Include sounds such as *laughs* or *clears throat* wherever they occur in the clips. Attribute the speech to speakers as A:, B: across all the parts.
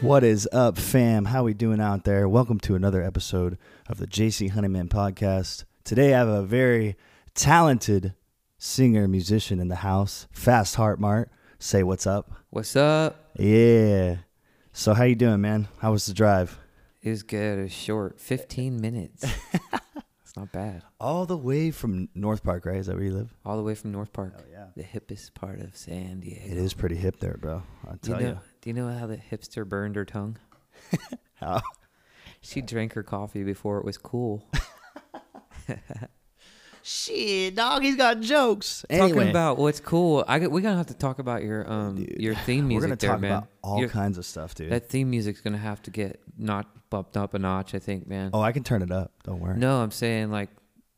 A: What is up, fam? How we doing out there? Welcome to another episode of the JC Honeyman podcast. Today I have a very talented singer musician in the house, Fast Heart Mart. Say what's up.
B: What's up?
A: Yeah. So how you doing, man? How was the drive?
B: It was good. It was short.
A: *laughs*
B: 15 minutes. it's not bad.
A: All the way from North Park, right? Is that where you live?
B: All the way from North Park.
A: Hell yeah.
B: The hippest part of San Diego.
A: It is pretty hip there, bro. I'll
B: Do you,
A: tell
B: know,
A: you.
B: do you know how the hipster burned her tongue?
A: *laughs* How?
B: She drank her coffee before it was cool.
A: Shit, dog, he's got jokes.
B: Talking about what's cool, I we're gonna have to talk about your um your theme
A: we're
B: music
A: gonna
B: there,
A: talk
B: man.
A: about all
B: Your-
A: kinds of stuff, dude.
B: that theme music's gonna have to get not bumped up a notch, I think, man.
A: oh, I can turn it up. Don't worry.
B: No, I'm saying like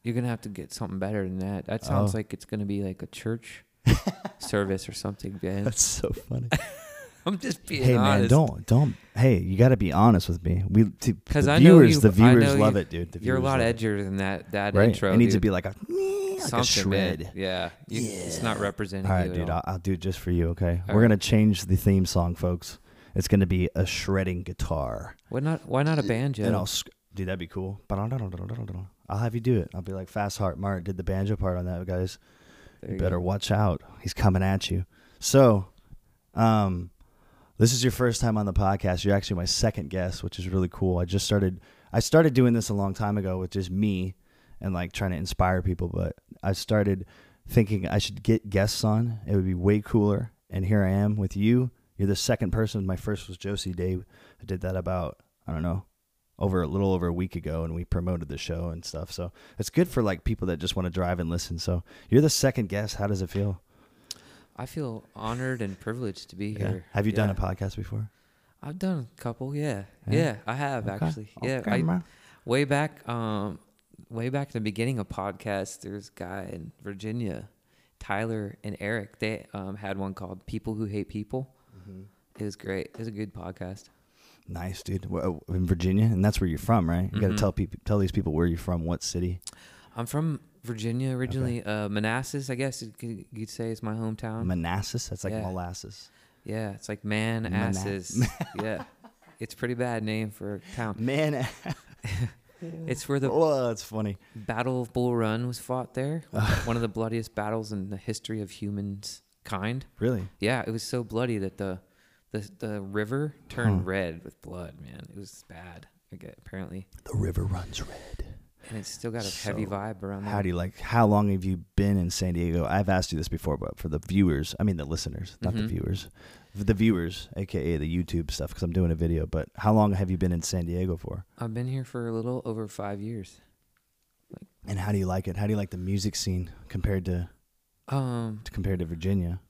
B: you're gonna have to get something better than that. That sounds
A: Oh.
B: like it's gonna be like
A: *laughs*
B: a church service or something, man.
A: That's so funny.
B: *laughs* I'm just being
A: hey man,
B: honest.
A: don't don't. Hey, you got to be honest with me. We t-
B: Because
A: the
B: I know
A: viewers,
B: you,
A: the viewers
B: I know
A: love
B: you,
A: it, dude. The
B: you're a
A: viewers
B: lot
A: love
B: edgier than that. That
A: it. right?
B: intro.
A: it needs
B: dude.
A: to be like a, like a
B: something, man.
A: shred.
B: Yeah. You- It's not representing
A: All right,
B: you at
A: dude,
B: all.
A: I'll, I'll do it just for you. Okay,
B: All
A: we're
B: right.
A: gonna change the theme song, folks. It's gonna be a shredding guitar,
B: Why not? Why not a banjo?
A: and I'll sc- dude, that'd be cool. I'll have you do it. I'll be like Fast Heart Mart did the banjo part on that, guys.
B: There
A: You
B: you go.
A: better watch out. He's coming at you. So, um, this is your first time on the podcast. You're actually my second guest, which is really cool. I just started. I started doing this a long time ago with just me and like trying to inspire people. But I started thinking I should get guests on. It would be way cooler. And here I am with you. You're the second person. My first was Josie Day. I did that about I don't know over a little over a week ago, and we promoted the show and stuff. So it's good for like people that just want to drive and listen. So you're the second guest. How does it feel?
B: I feel honored and privileged to be
A: Yeah.
B: here.
A: Have you done a
B: Yeah.
A: podcast before?
B: I've done a couple. Yeah.
A: Yeah?
B: Yeah. I have
A: Okay.
B: actually. Yeah.
A: Okay,
B: I-
A: man.
B: way back, um, way back in the beginning of podcasts, there's a guy in Virginia, Tyler and Eric. They um, had one called "People Who Hate People." It was great. It was a good podcast.
A: Nice, dude. Wha- oh, In Virginia, and that's where you're from, right? You got to
B: Mhm.
A: tell people, tell these people where you're from, what city.
B: I'm from Virginia originally. Uh, Manassas, I guess you could, you could say, is my hometown.
A: Manassas. That's like
B: yeah.
A: molasses.
B: yeah, it's like man
A: Mana-
B: asses. yeah, it's pretty bad name for a town.
A: Man, *laughs*
B: It's where the
A: oh, that's funny.
B: Battle of Bull Run was fought there. One of the bloodiest battles in the history of humans kind.
A: Really?
B: Yeah, it was so bloody that the the the river turned red with blood. Man, it was bad. Okay, apparently,
A: The river runs red.
B: and it's still got a heavy
A: So,
B: vibe around there.
A: How do you like? How long have you been in San Diego? I've asked you this before, but for the viewers, I mean the listeners, not the
B: Mhm.
A: viewers, the viewers, aka the YouTube stuff, because I'm doing a video. But how long have you been in San Diego for?
B: I've been here for a little over five years.
A: And how do you like it? How do you like the music scene compared to,
B: Um,
A: to compared to Virginia?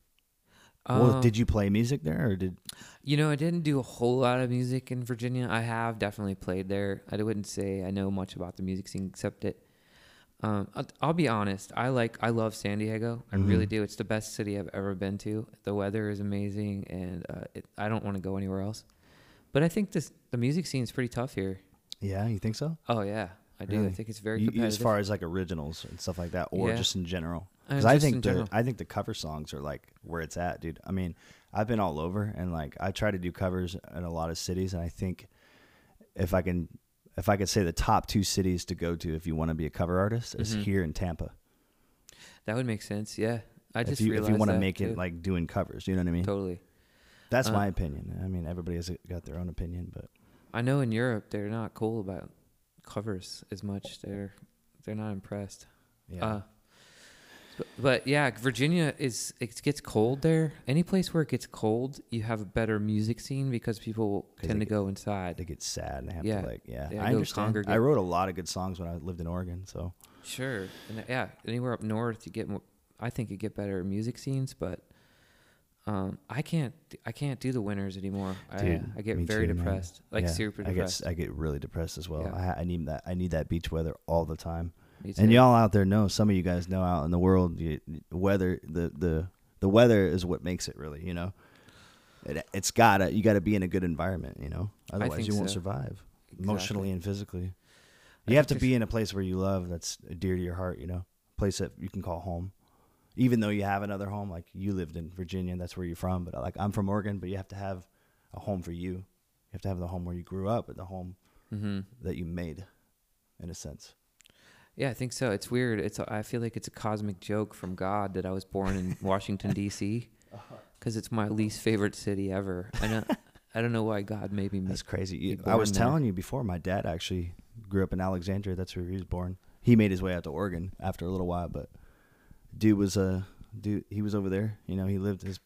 A: well,
B: um,
A: did you play music there, or did
B: You know, I didn't do a whole lot of music in Virginia. I have definitely played there. I wouldn't say I know much about the music scene except it. Um, I'll, I'll be honest. I like. I love San Diego. I really
A: Mhm.
B: do. It's the best city I've ever been to. The weather is amazing, and uh, it, I don't want to go anywhere else. But I think this the music scene is pretty tough here.
A: yeah, you think so?
B: Oh yeah, I do.
A: Really?
B: I think it's very
A: You-
B: competitive.
A: as far as like originals and stuff like that, or
B: Yeah.
A: just in general.
B: Uh,
A: Because I
B: just
A: think
B: in
A: the,
B: general.
A: I think the cover songs are like where it's at, dude. I mean, I've been all over, and like I try to do covers in a lot of cities, and I think if I can, if I could say the top two cities to go to if you want to be a cover artist is
B: Mhm.
A: here in Tampa.
B: that would make sense. Yeah, I just
A: if you if you
B: realized
A: want to
B: that,
A: make
B: too.
A: it like doing covers, you know what I mean?
B: totally.
A: That's
B: uh,
A: my opinion. I mean, everybody has got their own opinion, but
B: I know in Europe they're not cool about covers as much. They're they're not impressed.
A: yeah,
B: Uh, but, but yeah, Virginia is it gets cold there. Any place where it gets cold, you have a better music scene because people
A: 'Cause
B: tend
A: they
B: to
A: get-
B: go
A: they
B: inside.
A: get sad and they have
B: yeah,
A: to like yeah.
B: they
A: I
B: go
A: understand. I
B: congregate.
A: wrote a lot of good songs when I lived in Oregon, so.
B: Sure, and th- yeah, anywhere up north you get more. I think you get better music scenes, but um, I can't I can't do the winters anymore.
A: Dude,
B: I, I get
A: me
B: very
A: too, man.
B: depressed, like
A: Yeah,
B: super
A: I get s-
B: depressed.
A: I get really depressed as well.
B: Yeah.
A: I, ha- I need that. I need that beach weather all the time.
B: Me
A: And
B: too.
A: y'all out there know. Some of you guys know out in the world, you, weather the the the weather is what makes it really. You know, it it's gotta you gotta be in a good environment. You know, otherwise
B: think
A: you won't
B: so.
A: survive
B: Exactly.
A: emotionally and physically.
B: I
A: You have
B: think
A: to
B: there's-
A: be in a place where you love that's dear to your heart. You know, a place that you can call home. Even though you have another home, like you lived in Virginia, that's where you're from. But like I'm from Oregon, but you have to have a home for you. You have to have the home where you grew up, but the home
B: Mm-hmm.
A: that you made, in a sense.
B: Yeah, I think so. It's weird. It's I feel like it's a cosmic joke from God that I was born
A: *laughs*
B: in Washington D.C.
A: Uh-huh.
B: because it's my least favorite city ever. I know. I don't know why God made me.
A: That's
B: Miss.
A: crazy. You-
B: You're
A: I was
B: born there.
A: telling you before, my dad actually grew up in Alexandria. That's where he was born. He made his way out to Oregon after a little while, but dude was a dude. He was over there. You know, he lived his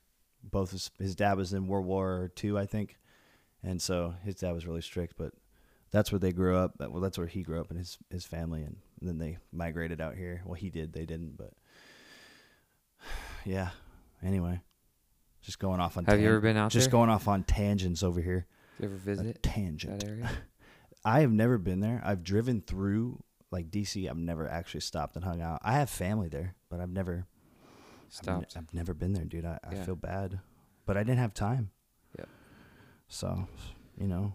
A: both his his dad was in World War Two, I think, and so his dad was really strict. But that's where they grew up. That- Well, that's where he grew up and his his family, and then they migrated out here. Well, he did. They didn't, but *sighs* yeah. Anyway, just going off on.
B: Have you
A: tan-
B: ever been out
A: Just
B: there?
A: going off on tangents over here.
B: You ever
A: A
B: visit
A: tangent.
B: that area?
A: I have never been there. I've driven through like DC. I've never actually stopped and hung out. I have family there, but I've never I've ne-
B: Stopped.
A: I've, never been there, dude. I, I
B: Yeah.
A: feel bad, but I didn't have time.
B: Yeah.
A: So, you know,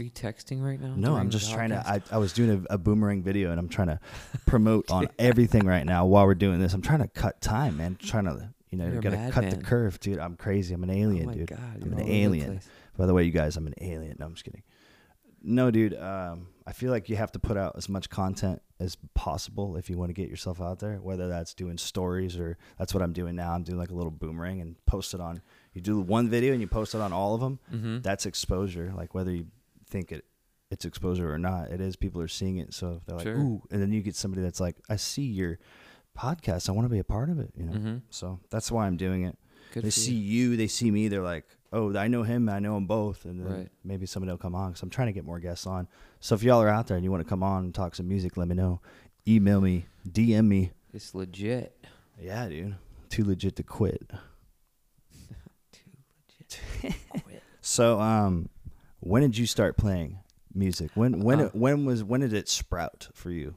B: Are you texting right now?
A: no,
B: during
A: I'm
B: the
A: just trying to.
B: podcast?
A: I, I was doing a, a boomerang video, and I'm trying
B: *laughs*
A: to promote on everything right now while we're doing this. I'm trying to cut time, man. trying to, you know,
B: You're a
A: gotta cut the
B: madman.
A: curve, dude. I'm crazy. I'm an alien,
B: oh my
A: dude.
B: God,
A: I'm
B: you're
A: an
B: all over the
A: alien.
B: place.
A: By the way, you guys, I'm an alien. No, I'm just kidding. No, dude. Um, I feel like you have to put out as much content as possible if you want to get yourself out there. Whether that's doing stories or that's what I'm doing now. I'm doing like a little boomerang and post it on. You do one video and you post it on all of them.
B: Mhm.
A: That's exposure. Like whether you think it, it's exposure or not, it is. People are seeing it, so they're like,
B: Sure.
A: ooh. And then you get somebody that's like, I see your podcast. I want to be a part of it. You know.
B: Mhm.
A: So that's why I'm doing it
B: Good
A: they
B: for you.
A: see you, they see me, they're like, oh, I know him, I know them both, and then
B: Right.
A: maybe somebody will come on because I'm trying to get more guests on. So if y'all are out there and you want to come on and talk some music, let me know. Email me, DM me.
B: It's legit.
A: Yeah, dude, too legit to *laughs* quit.
B: Quit.
A: *laughs* So, um, when did you start playing music? When when
B: Uh.
A: when was when did it sprout for you?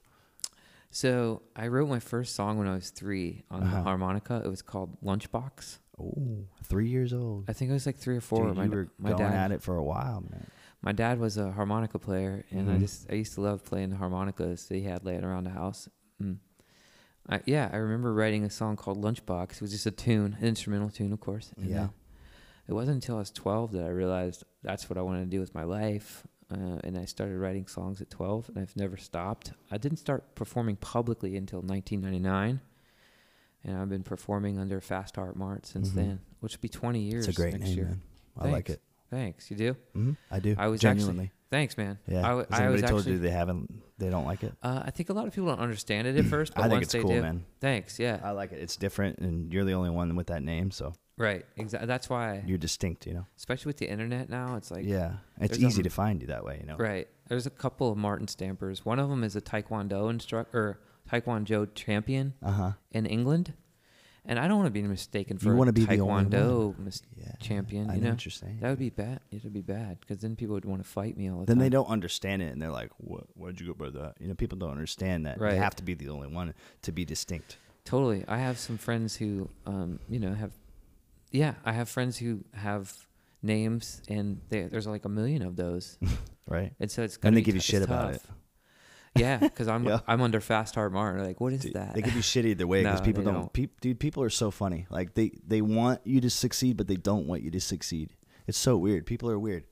B: So I wrote my first song when I was three on the
A: Uh-huh.
B: harmonica. It was called Lunchbox.
A: Oh, three years old.
B: I think I was like three or four.
A: Dude,
B: my
A: you
B: d-
A: were
B: my
A: going at
B: dad
A: it for a while, man.
B: my dad was a harmonica player, and I
A: Mhm.
B: just I used to love playing the harmonicas that he had laying around the house. Mm. I, yeah, I remember writing a song called Lunchbox. It was just a tune, an instrumental tune, of course. and
A: Yeah.
B: then It wasn't until I was 12 that I realized that's what I wanted to do with my life. Uh, and I started writing songs at 12, and I've never stopped. I didn't start performing publicly until 1999. And I've been performing under Fast Art Mart since
A: Mhm.
B: then, which will be 20 years
A: It's a great
B: next
A: name,
B: year.
A: man. I like it.
B: Thanks. Thanks. You do?
A: hmm I do.
B: I was actually-
A: genuinely.
B: Thanks, man.
A: yeah.
B: I, w-
A: Has
B: I was
A: anybody told
B: actually
A: you they haven't? They don't like it.
B: Uh, I think a lot of people don't understand
A: *clears throat*
B: it at first,
A: I
B: but
A: think
B: once
A: it's
B: they
A: cool,
B: do,
A: man.
B: thanks. Yeah,
A: I like it. It's different, and you're the only one with that name, so
B: right. Exactly. That's why,
A: you're distinct. You know.
B: especially with the internet now, it's like
A: yeah, it's
B: there's
A: easy
B: nothing-
A: to find you that way. You know.
B: right. There's a couple of Martin Stampers. One of them is a Taekwondo instructor, or Taekwondo champion
A: Uh huh.
B: in England, and I don't want to be mistaken for
A: You
B: a
A: wanna be the only
B: Taekwondo mis-
A: Yeah.
B: champion.
A: I
B: You
A: know,
B: know,
A: what you're saying.
B: that would be bad. It'd be bad because then people would want to fight me all the
A: then
B: time.
A: they don't understand it, and they're like, "What? Why'd you go by that?" You know, people don't understand that
B: Right.
A: they have to be the only one to be distinct.
B: Totally. I have some friends who, um, you know, have, yeah, I have friends who have names, and they, there's like a million
A: *laughs*
B: of those,
A: Right.
B: and so it's.
A: And
B: gonna
A: they
B: be
A: give you
B: tou-
A: shit
B: it's
A: about
B: tough. *laughs* Yeah, because I'm
A: *laughs* Yeah.
B: I'm under fast hard mark. Like, what is
A: Dude,
B: that?
A: They
B: *laughs*
A: give you shit either way because
B: No,
A: people
B: they
A: don't.
B: don't.
A: peop- dude, people are so funny. Like they they want you to succeed, but they don't want you to succeed. It's so weird. People are weird,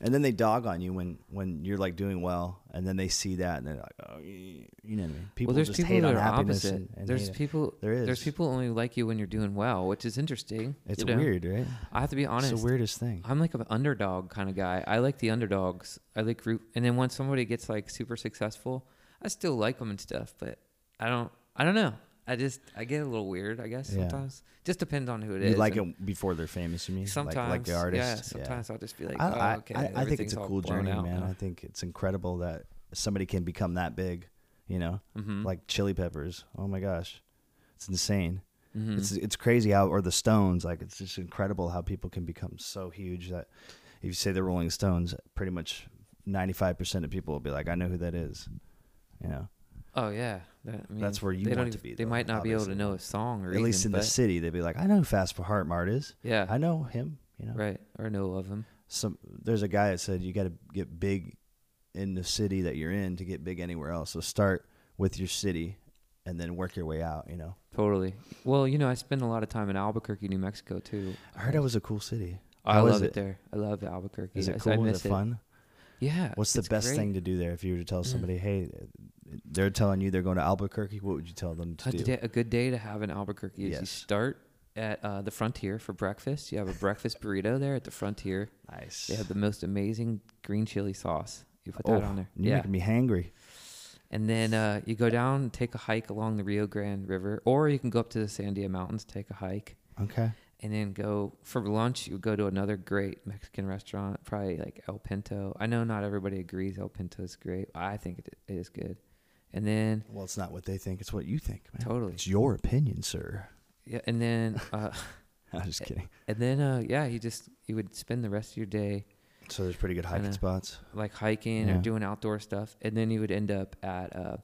A: and then they dog on you when when you're like doing well, and then they see that and they're like, oh, y- you know what I mean. People
B: well, there's
A: just
B: people
A: hate
B: that
A: on
B: are
A: happiness.
B: opposite.
A: And, and
B: there's
A: hate it.
B: people.
A: There is.
B: There's people only like you when you're doing well, which is interesting.
A: It's
B: you know?
A: weird, right?
B: I have to be honest.
A: It's the weirdest thing.
B: I'm like an underdog kind of guy. I like the underdogs. I like root. And then when somebody gets like super successful, I still like them and stuff. But I don't. I don't know. I just I get a little weird. I guess
A: Yeah.
B: sometimes. Just depends on who it is.
A: You like
B: and
A: it before they're famous, you mean?
B: Sometimes.
A: like, like the artist.
B: Yeah. Sometimes I'll just be like,
A: I, I-
B: oh, okay.
A: I- I think
B: everything's
A: it's a
B: all
A: cool
B: blown
A: journey,
B: out
A: man.
B: now.
A: I think it's incredible that somebody can become that big, you know,
B: Mhm.
A: like Chili Peppers. Oh my gosh, it's insane.
B: Mhm.
A: It's it's crazy how or the Stones. Like it's just incredible how people can become so huge that if you say the Rolling Stones, pretty much ninety five percent of people will be like, I know who that is. You know,
B: Oh yeah, that, I mean,
A: That's where you
B: they don't
A: want to
B: even-
A: be,
B: They
A: though,
B: might not be
A: obviously.
B: able to know a song, or
A: at least
B: even,
A: in the
B: but-
A: city, they'd be like, I know who Fast for Heart Mart is.
B: Yeah,
A: I know him. You know,
B: right, or know of them.
A: some there's a guy that said you got to get big in the city that you're in to get big anywhere else. So start with your city and then work your way out, you know.
B: Totally. Well, you know, I spend a lot of time in Albuquerque, New Mexico, too.
A: I heard it was a cool city.
B: I
A: How is
B: love it?
A: it?
B: there. I love Albuquerque.
A: Is
B: I-
A: it
B: so I
A: cool? Is
B: miss
A: it fun?
B: Yeah.
A: What's the
B: it's
A: best
B: great. Mm.
A: thing to do there if you were to tell somebody, hey, they're telling you they're going to Albuquerque? What would you tell them to
B: A,
A: do?
B: day- a good day to have in Albuquerque is you
A: Yes.
B: start at uh, the Frontier for breakfast. You have a breakfast burrito there at the Frontier.
A: Nice.
B: They have the most amazing green chili sauce. You put
A: oh,
B: that on there.
A: you're
B: yeah.
A: making me hangry.
B: And then uh, you go down, take a hike along the Rio Grande River, or you can go up to the Sandia Mountains, take a hike,
A: Okay.
B: and then go for lunch. You go to another great Mexican restaurant, probably like El Pinto. I know not everybody agrees El Pinto is great. I think it, it is good. And then
A: Well, it's not what they think. It's what you think, man.
B: totally,
A: It's your opinion, sir. *laughs*
B: yeah. And then uh,
A: I'm just kidding.
B: and then uh, yeah, you just you would spend the rest of your day
A: So there's pretty good hiking
B: know.
A: spots.
B: like hiking or
A: Yeah.
B: doing outdoor stuff, and then you would end up at uh,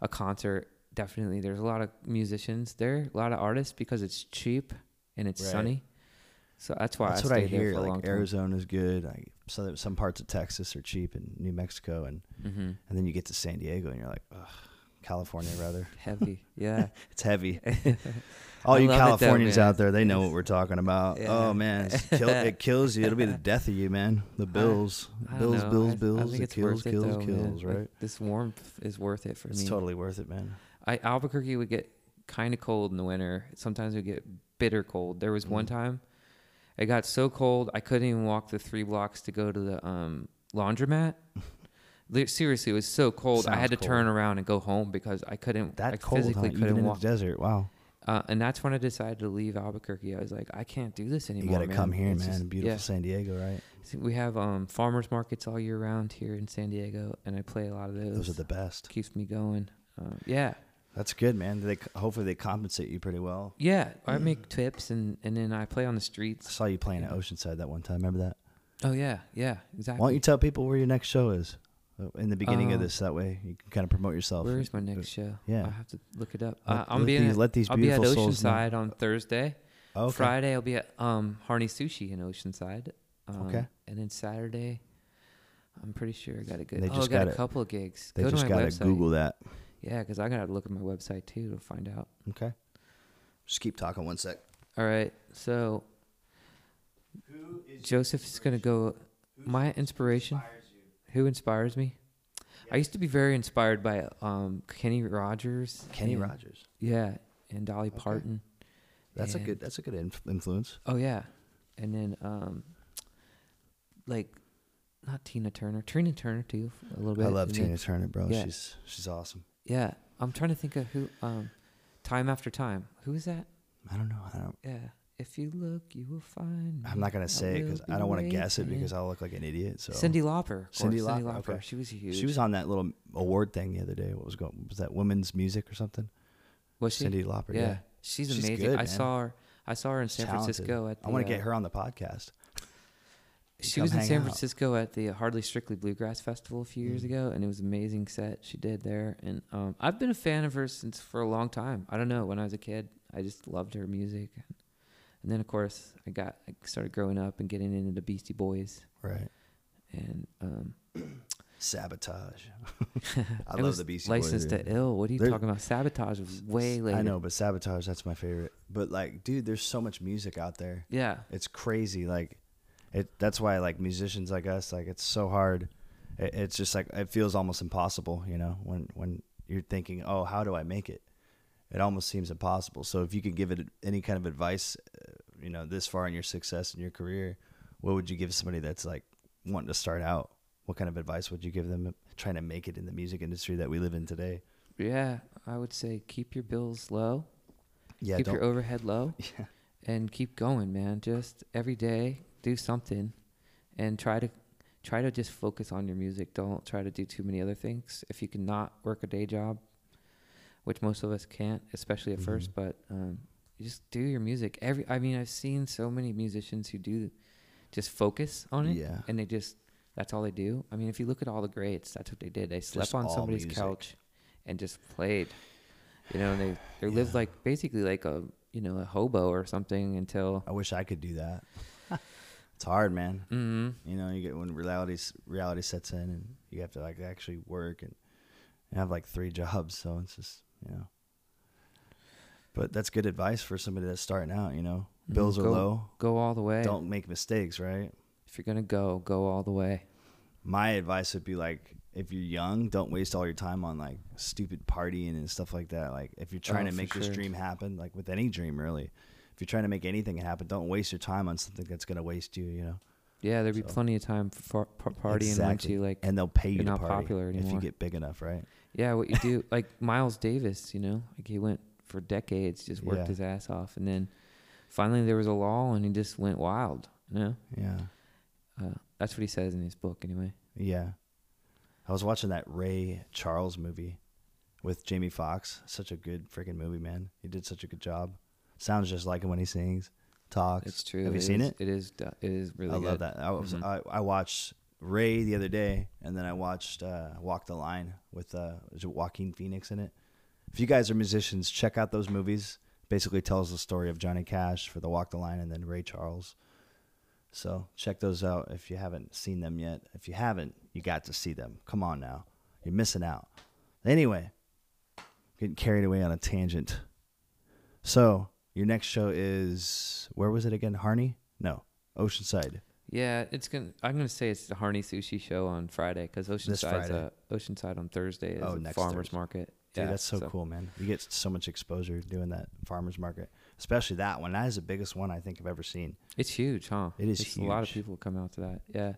B: a concert. Definitely, there's a lot of musicians there, a lot of artists because it's cheap and it's
A: Right.
B: sunny. So that's why
A: That's
B: I
A: what I
B: stayed there
A: hear.
B: for a long
A: Like
B: time.
A: Arizona is good. I, some some parts of Texas are cheap, and New Mexico, and
B: hmm
A: and then you get to San Diego, and you're like, Ugh, California rather.
B: Heavy, yeah.
A: It's heavy. *laughs* All
B: I
A: you
B: love it though,
A: Californians
B: man.
A: out there, they know what we're talking about.
B: Yeah.
A: Oh man, it's kill,
B: *laughs*
A: it kills you. It'll be the death of you, man. The bills,
B: I don't
A: bills,
B: know. I-
A: bills,
B: I
A: bills.
B: think
A: it
B: it's
A: kills,
B: worth it
A: kills,
B: though, man.
A: kills.
B: Like,
A: Right?
B: this warmth is worth it for
A: It's
B: me.
A: totally worth it, man.
B: I Albuquerque would get kind of cold in the winter. Sometimes it would get bitter cold. There was
A: Mm.
B: one time it got so cold I couldn't even walk the three blocks to go to the um, laundromat. *laughs* Li- Seriously, it was so cold. I
A: Sounds
B: had to
A: cold.
B: turn around and go home because I couldn't.
A: That
B: I
A: cold, huh?
B: physically
A: even
B: couldn't
A: in
B: walk.
A: the desert. Wow.
B: Uh, and that's when I decided to leave Albuquerque. I was like, I can't do this
A: You
B: anymore.
A: gotta
B: man.
A: come here,
B: It's
A: man.
B: just-
A: Beautiful
B: yeah.
A: San Diego, right?
B: See, We have um, farmers markets all year round here in San Diego, and I play a lot of those.
A: Those are the best.
B: keeps me going. Um, yeah.
A: That's good, man. They hopefully they compensate you pretty well.
B: Yeah, I make tips and and then I play on
A: I
B: the streets.
A: saw you playing at Oceanside that one time. Remember that?
B: Oh yeah, yeah, exactly.
A: Why don't you tell people where your next show is uh, in the beginning of
B: Um,
A: this? That way you can kind of promote yourself.
B: Where is my next show?
A: yeah.
B: I have to look it up.
A: Let-
B: uh, I'm
A: let
B: being
A: these-
B: at-
A: let these
B: I'll be at
A: beautiful souls know.
B: Oceanside on Thursday.
A: Oh, okay.
B: Friday I'll be at um Harney Sushi in Oceanside. Um,
A: Okay.
B: And then Saturday, I'm pretty sure I got a good.
A: They
B: oh,
A: just
B: I got
A: gotta-
B: a couple of gigs.
A: They
B: Go
A: just
B: to my
A: gotta
B: website.
A: Google that.
B: Yeah, because I gotta look at my website too to find out.
A: Okay. Just keep talking one sec.
B: All right, so
A: Who is
B: Joseph is gonna go. My inspiration. Who inspires me? I used to be very inspired by um, Kenny Rogers.
A: Kenny
B: and-
A: Rogers?
B: Yeah, and Dolly Parton.
A: That's a
B: and-
A: good. That's a good inf- influence.
B: Oh yeah, and then um, like not Tina Turner, Tina Turner too a little bit.
A: I love
B: and
A: Tina
B: then-
A: Turner, bro.
B: yeah.
A: She's she's awesome.
B: Yeah, I'm trying to think of who. Um, time after time. Who is that?
A: I don't know. I don't.
B: Yeah, if you look, you will find.
A: I'm not gonna say it because I don't want to guess it because
B: I.
A: I'll look like an idiot. So
B: Cindy Lauper. of course,
A: Cyndi
B: Cyndi
A: Lauper, okay.
B: She was huge.
A: She was on that little award thing the other day. What was going? Was that women's music or something?
B: Was she?
A: Cyndi Lauper, yeah.
B: She's
A: She's
B: amazing.
A: good,
B: I
A: man.
B: saw her. I saw her in San
A: Talented.
B: Francisco at the.
A: I want
B: uh,
A: to get her on the podcast.
B: She
A: come
B: was in
A: hang
B: San
A: out. Mm.
B: Francisco at the Hardly Strictly Bluegrass Festival a few years ago, and it was an amazing set she did there. And um, I've been a fan of her since for a long time. I don't know. When I was a kid, I just loved her music, and then of course I got I started growing up and getting into the Beastie Boys,
A: Right.
B: and um,
A: Sabotage. *laughs* I
B: it
A: love
B: was
A: the Beastie Boys.
B: Licensed
A: dude.
B: to Ill. What are you
A: There-
B: talking about? Sabotage was way later.
A: I know, but sabotage. That's my favorite. But like, dude, there's so much music out there.
B: Yeah.
A: it's crazy like it that's why like musicians like us like it's so hard it, it's just like it feels almost impossible you know when when you're thinking oh how do i make it it almost seems impossible so if you could give it any kind of advice uh, you know this far in your success in your career what would you give somebody that's like wanting to start out what kind of advice would you give them trying to make it in the music industry that we live in today
B: Yeah, I would say keep your bills low,
A: yeah
B: keep
A: don't
B: your overhead low,
A: *laughs* yeah,
B: and keep going, man. Just every day do something, and try to try to just focus on your music. Don't try to do too many other things. If you cannot work a day job, which most of us can't, especially at first,
A: Mm-hmm.
B: but um, you just do your music. Every I mean, I've seen so many musicians who do just focus on it,
A: Yeah.
B: and they just that's all they do. I mean, if you look at all the greats, that's what they did. They slept
A: Just
B: on
A: all
B: somebody's
A: music.
B: couch and just played. You know, and they they lived like basically like a you know a hobo or something until.
A: i wish i could do that it's hard man
B: Mm-hmm.
A: You know, you get when reality s- reality sets in, and you have to like actually work and, and have like three *laughs* jobs. So it's just you know. But that's good advice for somebody that's starting out. You know, Bills are
B: Go-
A: low.
B: Go all the way.
A: Don't make mistakes, right?
B: If you're gonna go, go all the way.
A: My advice would be like if you're young, don't waste all your time on like stupid partying and stuff like that. Like if you're trying
B: Oh,
A: to
B: for
A: make this
B: sure.
A: dream happen, like with any dream really. If you're trying to make anything happen, don't waste your time on something that's going to waste you, you know.
B: Yeah, there'd be
A: So-
B: plenty of time for far, par- partying once
A: Exactly.
B: you like.
A: and they'll pay you
B: you're
A: to
B: not
A: party
B: popular
A: if you
B: anymore.
A: get big enough, right?
B: yeah, what you do, *laughs* like Miles Davis, you know, like he went for decades, just worked
A: Yeah.
B: his ass off, and then finally there was a law, and he just went wild. You know,
A: Yeah.
B: uh, that's what he says in his book, anyway.
A: Yeah. I was watching that Ray Charles movie with Jamie Foxx. Such a good freaking movie, man. He did such a good job. Sounds just like him when he sings, talks.
B: It's true.
A: Have you
B: is-
A: seen it?
B: It is. do- It is really.
A: I love
B: good.
A: that. I, was,
B: Mhm.
A: I, I watched Ray the other day, and then I watched uh, Walk the Line with uh, is it Joaquin Phoenix in it. If you guys are musicians, check out those movies. Basically, tells the story of Johnny Cash for the Walk the Line, and then Ray Charles. So check those out if you haven't seen them yet. If you haven't, you got to see them. Come on now, you're missing out. Anyway, getting carried away on a tangent. So your next show is where was it again? Harney? No, Oceanside.
B: Yeah, it's gonna. I'm gonna say it's the Harney Sushi Show on Friday because Oceanside's
A: Friday.
B: uh, Oceanside on Thursday is
A: Oh,
B: a
A: next
B: farmers
A: Thursday.
B: market.
A: Dude,
B: yeah,
A: that's so, cool, man. You get so much exposure doing that farmers market, especially that one. That is the biggest one I think I've ever seen.
B: It's huge, huh?
A: It is
B: It's A lot of
A: huge.
B: people come out to that. Yeah,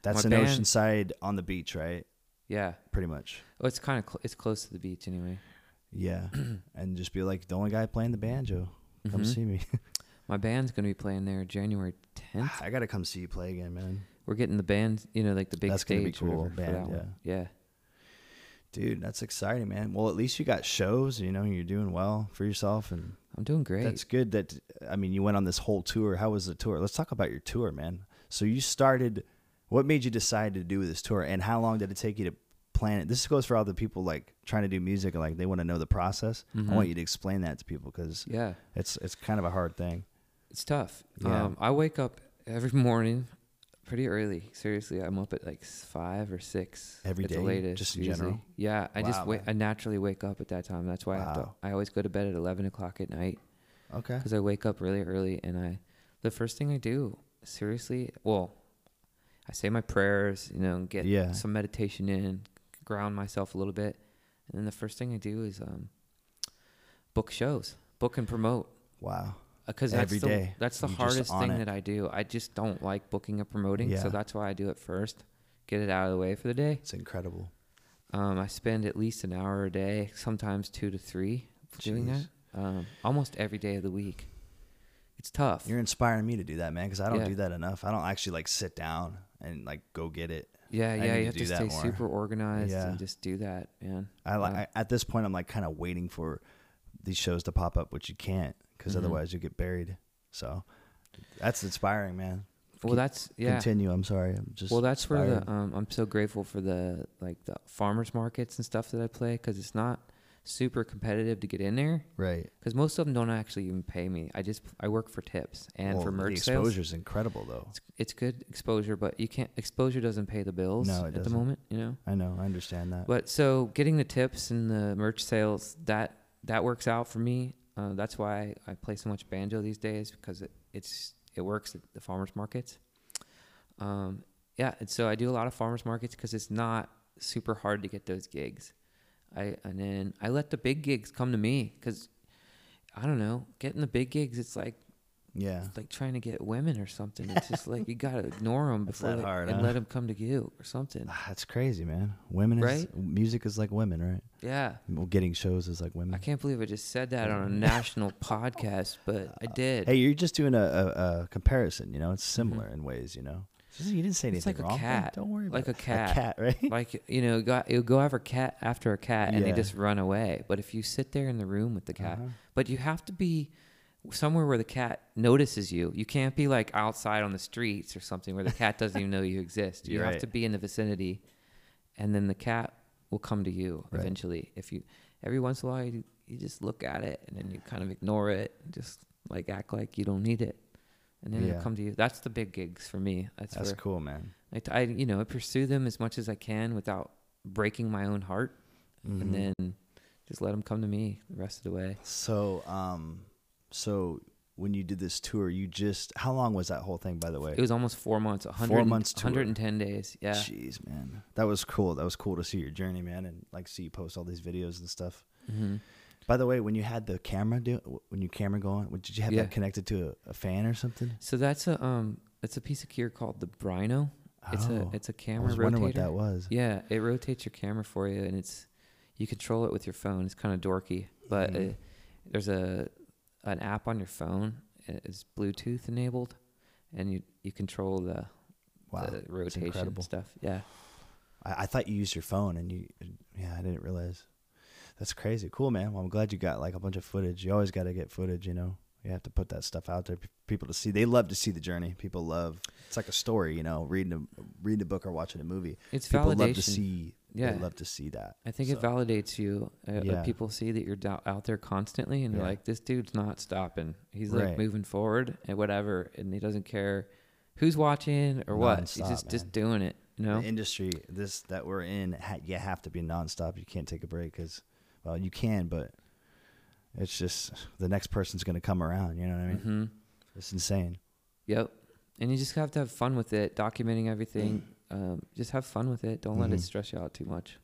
A: That's
B: My
A: in
B: band-
A: Oceanside on the beach, right?
B: yeah.
A: Pretty much.
B: Oh, it's kind of cl- it's close to the beach anyway.
A: Yeah. and just be like the only guy playing the banjo. Come
B: Mhm.
A: see me. *laughs* Ah,
B: My band's gonna be playing there January 10th.
A: I gotta come see you play again, man.
B: We're getting the band, you know, like the big
A: That's gonna be
B: stage.
A: cool,
B: whatever, for
A: band,
B: that one. yeah.
A: Dude, that's exciting, man. Well, at least you got shows. You know, you're doing well for yourself, and
B: I'm doing great.
A: that's good. That I mean, you went on this whole tour. How was the tour? Let's talk about your tour, man. So you started. What made you decide to do this tour, and how long did it take you to plan it? This goes for all the people like trying to do music, like they want to know the process. I want you to explain that to people because
B: Mm-hmm. yeah.
A: it's it's kind of a hard thing.
B: It's tough.
A: Yeah.
B: Um, I wake up every *laughs* morning pretty early. Seriously, I'm up at like s- five or six
A: Every
B: at the
A: day?
B: latest.
A: Just in
B: usually.
A: general?
B: Yeah, I just
A: Wow,
B: wait.
A: man.
B: I naturally wake up at that time. That's why I have to.
A: Wow.
B: I always go to bed at eleven o'clock at night
A: Okay.
B: because I wake up really early and I. The first thing I do, seriously, well, I say my prayers. You know, get
A: Yeah.
B: some meditation in, ground myself a little bit, and then the first thing I do is um, book shows, book and promote
A: Wow.
B: because
A: Every
B: Uh, that's the,
A: day.
B: That's the
A: You're just
B: hardest
A: on
B: thing
A: it.
B: that I do. I just don't like booking and promoting,
A: Yeah.
B: so that's why I do it first. Get it out of the way for the day.
A: It's incredible.
B: Um, I spend at least an hour a day, sometimes two to three, doing
A: Jeez.
B: that. Um, almost every day of the week. It's tough.
A: You're inspiring me to do that, man, because I don't
B: Yeah.
A: do that enough. I don't actually like sit down and like go get it.
B: yeah,
A: I
B: yeah.
A: need to
B: You have
A: do
B: to
A: that
B: stay
A: more.
B: super organized
A: Yeah.
B: and just do that, man.
A: I like
B: Yeah.
A: I, at this point I'm like kind of waiting for these shows to pop up, which you can't because
B: Mhm.
A: otherwise you get buried. So that's inspiring, man.
B: Well, that's yeah.
A: Continue. I'm sorry. I'm just
B: Well, that's where
A: inspired.
B: the um, I'm so grateful for the like the farmers markets and stuff that I play because it's not super competitive to get in there.
A: right
B: because most of them don't actually even pay me. I just I work for tips and
A: Well,
B: for merch
A: the
B: sales.
A: exposure is incredible, though.
B: It's, it's good exposure, but you can't exposure doesn't pay the bills
A: No, it
B: at
A: doesn't.
B: the moment, you know.
A: I know. I understand that.
B: But so getting the tips and the merch sales that that works out for me. Uh, that's why I play so much banjo these days because it, it's it works at the farmers markets. Um, yeah, and so I do a lot of farmers markets because it's not super hard to get those gigs. I and then I let the big gigs come to me because I don't know getting the big gigs. It's like
A: yeah.
B: it's like trying to get women or something. It's just like
A: *laughs*
B: you gotta ignore them
A: That's
B: before
A: that
B: they,
A: hard,
B: and
A: huh?
B: let them come to you or something.
A: Ah, That's crazy, man. Women is
B: Right?
A: music is like women, right?
B: Yeah.
A: Well, getting shows is like women.
B: I can't believe I just said that on a national podcast, but I did.
A: Hey, you're just doing a, a, a comparison. You know, it's similar in ways. You know, Just- you didn't say
B: Mm-hmm. It's
A: anything
B: like a
A: wrong.
B: cat.
A: Don't worry.
B: Like
A: about
B: a
A: it.
B: cat.
A: A cat, right?
B: *laughs* like you know, go, you'll go after cat after a cat, and
A: Yeah.
B: they just run away. But if you sit there in the room with the cat,
A: Uh-huh.
B: but you have to be somewhere where the cat notices you. You can't be like outside on the streets or something where the cat doesn't even know you exist.
A: *laughs*
B: You
A: Right.
B: have to be in the vicinity, and then the cat will come to you
A: Right.
B: eventually. If you every once in a while you, you just look at it and then you kind of ignore it, and just like act like you don't need it. And then
A: Yeah.
B: it'll come to you. That's the big gigs for me. That's,
A: That's
B: where
A: cool, man.
B: I, t- I, you know, I pursue them as much as I can without breaking my own heart,
A: Mhm.
B: and then just let them come to me the rest of the way.
A: So, um, so when you did this tour, you just how long was that whole thing by the way?
B: It was almost four months. 100,
A: months tour.
B: 110 days. Yeah.
A: Jeez, man. That was cool. That was cool to see your journey, man, and like see you post all these videos and stuff.
B: hmm
A: By the way, when you had the camera do when your camera going, did you have
B: Yeah.
A: that connected to a, a fan or something?
B: So that's a um, it's a piece of gear called the Brino. It's
A: Oh,
B: a it's a
A: I
B: camera
A: was
B: rotator.
A: wondering what that was.
B: Yeah, it rotates your camera for you, and it's you control it with your phone. It's kind of dorky, but
A: Mhm.
B: uh there's a an app on your phone. and It's Bluetooth enabled, and you you control the,
A: Wow,
B: the rotation
A: incredible.
B: and stuff. Yeah,
A: I, I thought you used your phone, and you, yeah, I didn't realize. That's crazy. Cool, man. Well, I'm glad you got like a bunch of footage. You always got to get footage, you know. You have to put that stuff out there for people to see. They love to see the journey. People love. It's like a story, you know. Reading a reading a book or watching a movie.
B: it's
A: people
B: validation.
A: love to see.
B: Yeah.
A: They love to see that.
B: I think it
A: So,
B: validates you. Uh, like,
A: Yeah.
B: people see that you're do- out there constantly, and they're
A: Yeah.
B: like, "This dude's not stopping. He's
A: Right.
B: like moving forward and whatever, and he doesn't care who's watching or what. He's
A: Nonstop,
B: just
A: man.
B: just doing it. You know?
A: The industry this that we're in, ha- you have to be nonstop. You can't take a break because, well, you can, but it's just the next person's going to come around. You know what I mean?
B: hmm
A: It's insane.
B: Yep. And you just have to have fun with it, documenting everything.
A: Mm.
B: Um, just have fun with it. Don't let it
A: Mhm.
B: stress you out too much.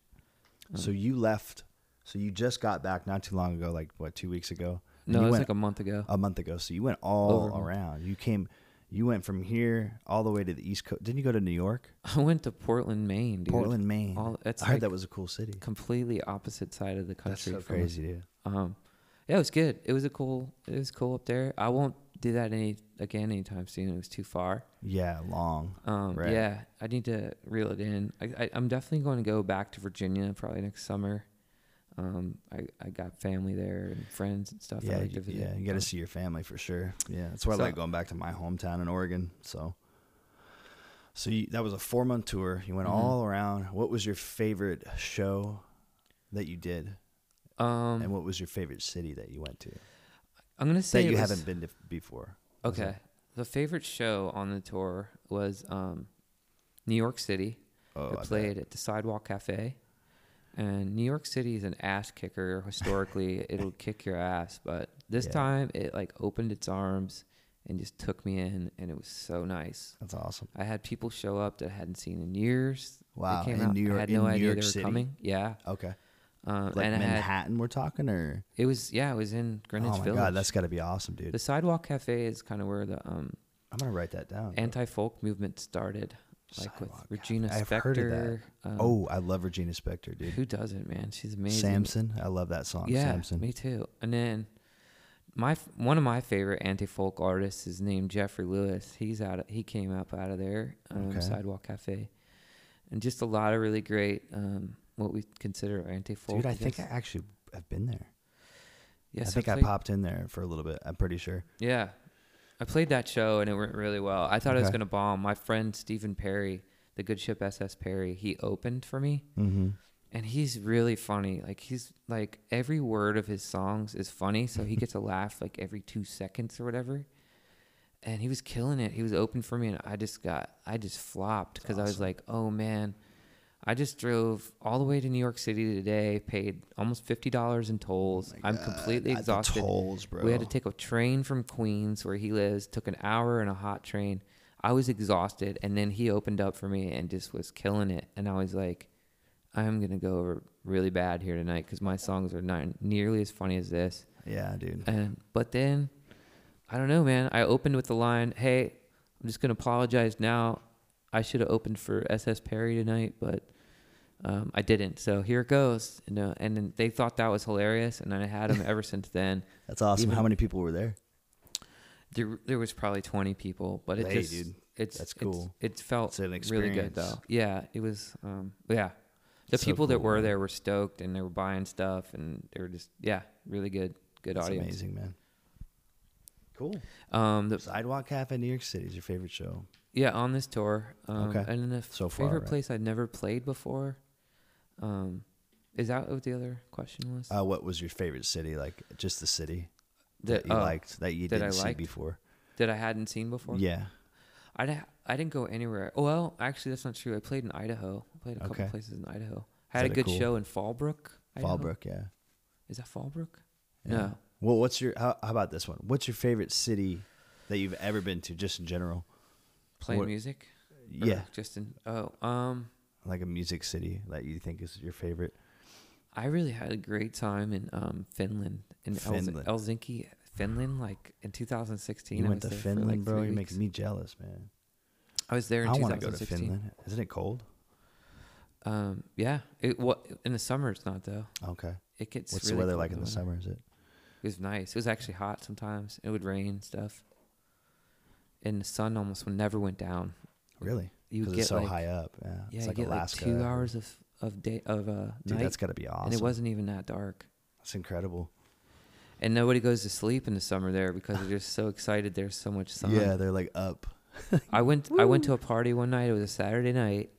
A: So
B: Mm.
A: you left. So you just got back not too long ago, like what two weeks ago? And
B: No,
A: you
B: it was
A: went Oh.
B: like a month ago.
A: a month ago. So you went all
B: Over a month.
A: around. You came. You went from here all the way to the East Coast. Didn't you go to New York,
B: *laughs* I went to Portland, Maine, dude.
A: Portland, Maine?
B: All, it's
A: I heard
B: like
A: that was a cool city.
B: completely opposite side of the
A: That's
B: country.
A: so
B: from us.
A: crazy, dude.
B: Um, yeah, it was good. It was a cool. It was cool up there. I won't do that any again anytime soon. It was too far.
A: Yeah, long.
B: Um,
A: Right.
B: Yeah, I need to reel it in. I, I, I'm definitely going to go back to Virginia probably next summer. Um, I, I got family there and friends and stuff. I
A: Yeah,
B: like to
A: you,
B: visit.
A: yeah, you got to
B: Um,
A: see your family for sure. Yeah, that's why
B: So-
A: I like going back to my hometown in Oregon. So, so you, that was a four month tour. You went
B: Mhm.
A: all around. What was your favorite show that you did,
B: Um,
A: and what was your favorite city that you went to?
B: I'm gonna say
A: that
B: it
A: you
B: was-
A: haven't been to before. was it?
B: Okay, the favorite show on the tour was um, New York City.
A: Oh, I
B: I
A: bet.
B: played at the Sidewalk Cafe, and New York City is an ass kicker. Historically, *laughs* it'll kick your ass, but this
A: Yeah.
B: time it like opened its arms and just took me in, and it was so nice.
A: That's awesome.
B: I had people show up that I hadn't seen in years. They
A: Wow,
B: came
A: in
B: out.
A: New
B: I
A: York-
B: had
A: in
B: no
A: New
B: idea
A: York
B: they were
A: City?
B: coming. Yeah,
A: Okay,
B: um,
A: like
B: and I had
A: Manhattan, we're talking, or
B: it was yeah, it was in Greenwich
A: oh my
B: Village.
A: god, that's got to be awesome, dude.
B: the Sidewalk Cafe is kind of where the um,
A: I'm gonna write that down.
B: anti folk movement started, like
A: Sidewalk Cafe.
B: with Regina
A: I've
B: Spektor.
A: heard of that.
B: um,
A: oh, I love Regina Spektor, dude.
B: who doesn't, man? She's amazing.
A: Samson, I love that song.
B: yeah,
A: Samson.
B: me too. And then my f- one of my favorite anti folk artists is named Jeffrey Lewis. He's out. Of, he came up out of there, um,
A: Okay.
B: Sidewalk Cafe, and just a lot of really great um, what we consider anti folk.
A: dude, I think I actually have been there.
B: yes,
A: I think I
B: played-
A: popped in there for a little bit. I'm pretty sure.
B: Yeah. I played that show and it went really well. I thought it was
A: Okay.
B: going to bomb. My friend Stephen Perry, the good ship SS Perry, he opened for me
A: Mm-hmm.
B: and he's really funny. Like he's like every word of his songs is funny, so he gets a laugh like every 2 seconds or whatever. And he was killing it. He was open for me and I just got I just flopped cuz I was
A: awesome.
B: like, "Oh man, I just drove all the way to New York City today, paid almost $50 in tolls.
A: Oh
B: I'm completely exhausted.
A: uh, Tolls, bro.
B: We had to take a train from Queens, where he lives, took an hour and a hot train. I was exhausted, and then he opened up for me and just was killing it. And I was like, I'm gonna go over really bad here tonight because my songs are not nearly as funny as this.
A: yeah, dude.
B: *laughs* And but then, I don't know, man. I opened with the line, "Hey, I'm just gonna apologize now. I should have opened for SS Perry tonight, but um, I didn't. So here it goes." You know, and then they thought that was hilarious, and then I had him ever since then.
A: That's awesome. How
B: even-
A: many people were there?
B: There, there was probably 20 people, but it
A: Hey,
B: just,
A: dude,
B: it's,
A: that's
B: it's-
A: cool.
B: it felt
A: It's an
B: really good
A: experience.
B: though. Yeah, it was, um, yeah. The
A: So
B: people that
A: cool,
B: were
A: man.
B: there were stoked and they were buying stuff and they were just, yeah, really good, good
A: That's
B: audience.
A: amazing, man. Cool.
B: Um, the,
A: Sidewalk Cafe, New York City is your favorite show.
B: yeah, on this tour. Um,
A: Okay.
B: And then the
A: So far,
B: favorite
A: right?
B: place I'd never played before. Um, is that what the other question was?
A: Uh, what was your favorite city? Like just the city that,
B: that,
A: you
B: uh,
A: liked that you
B: that I
A: didn't see
B: liked?
A: before.
B: that I hadn't seen before?
A: Yeah.
B: I didn't, I didn't go anywhere. Oh, Well, actually, that's not true. I played in Idaho. I played a couple
A: Okay.
B: places in Idaho. I had a
A: that a
B: good
A: cool-
B: show in Fallbrook. Idaho.
A: Fallbrook, yeah.
B: Is that Fallbrook?
A: Yeah.
B: No.
A: Well, what's your how, how about this one? What's your favorite city that you've ever been to, just in general?
B: Playing
A: What-
B: music. Or
A: Yeah,
B: Just in oh um,
A: like a music city that you think is your favorite.
B: I really had a great time in um Finland in Elz-
A: Finland.
B: Helsinki, Finland. Like in 2016,
A: You
B: I
A: went to
B: was there for, like,
A: Finland, bro.
B: three
A: You're
B: weeks.
A: making me jealous, man.
B: I was there in
A: I want to go to
B: 2016.
A: Finland. Isn't it cold?
B: Um, yeah. It what in the summer it's not though.
A: Okay.
B: It gets.
A: What's
B: really
A: the weather
B: cold
A: like in the summer? Is it?
B: It was nice. It was actually hot sometimes. It would rain and stuff. And the sun almost would- never went down.
A: Really?
B: You would
A: Because
B: get
A: it's so
B: like,
A: high up. Yeah.
B: Yeah,
A: it's
B: you
A: like
B: get
A: Alaska.
B: like two hours of of day of uh,
A: Dude,
B: night,
A: that's got to be awesome.
B: and it wasn't even that dark.
A: That's incredible.
B: And nobody goes to sleep in the summer there because they're just so excited. There's so much sun.
A: Yeah, they're like up.
B: I went. I went to a party one night. It was a Saturday night.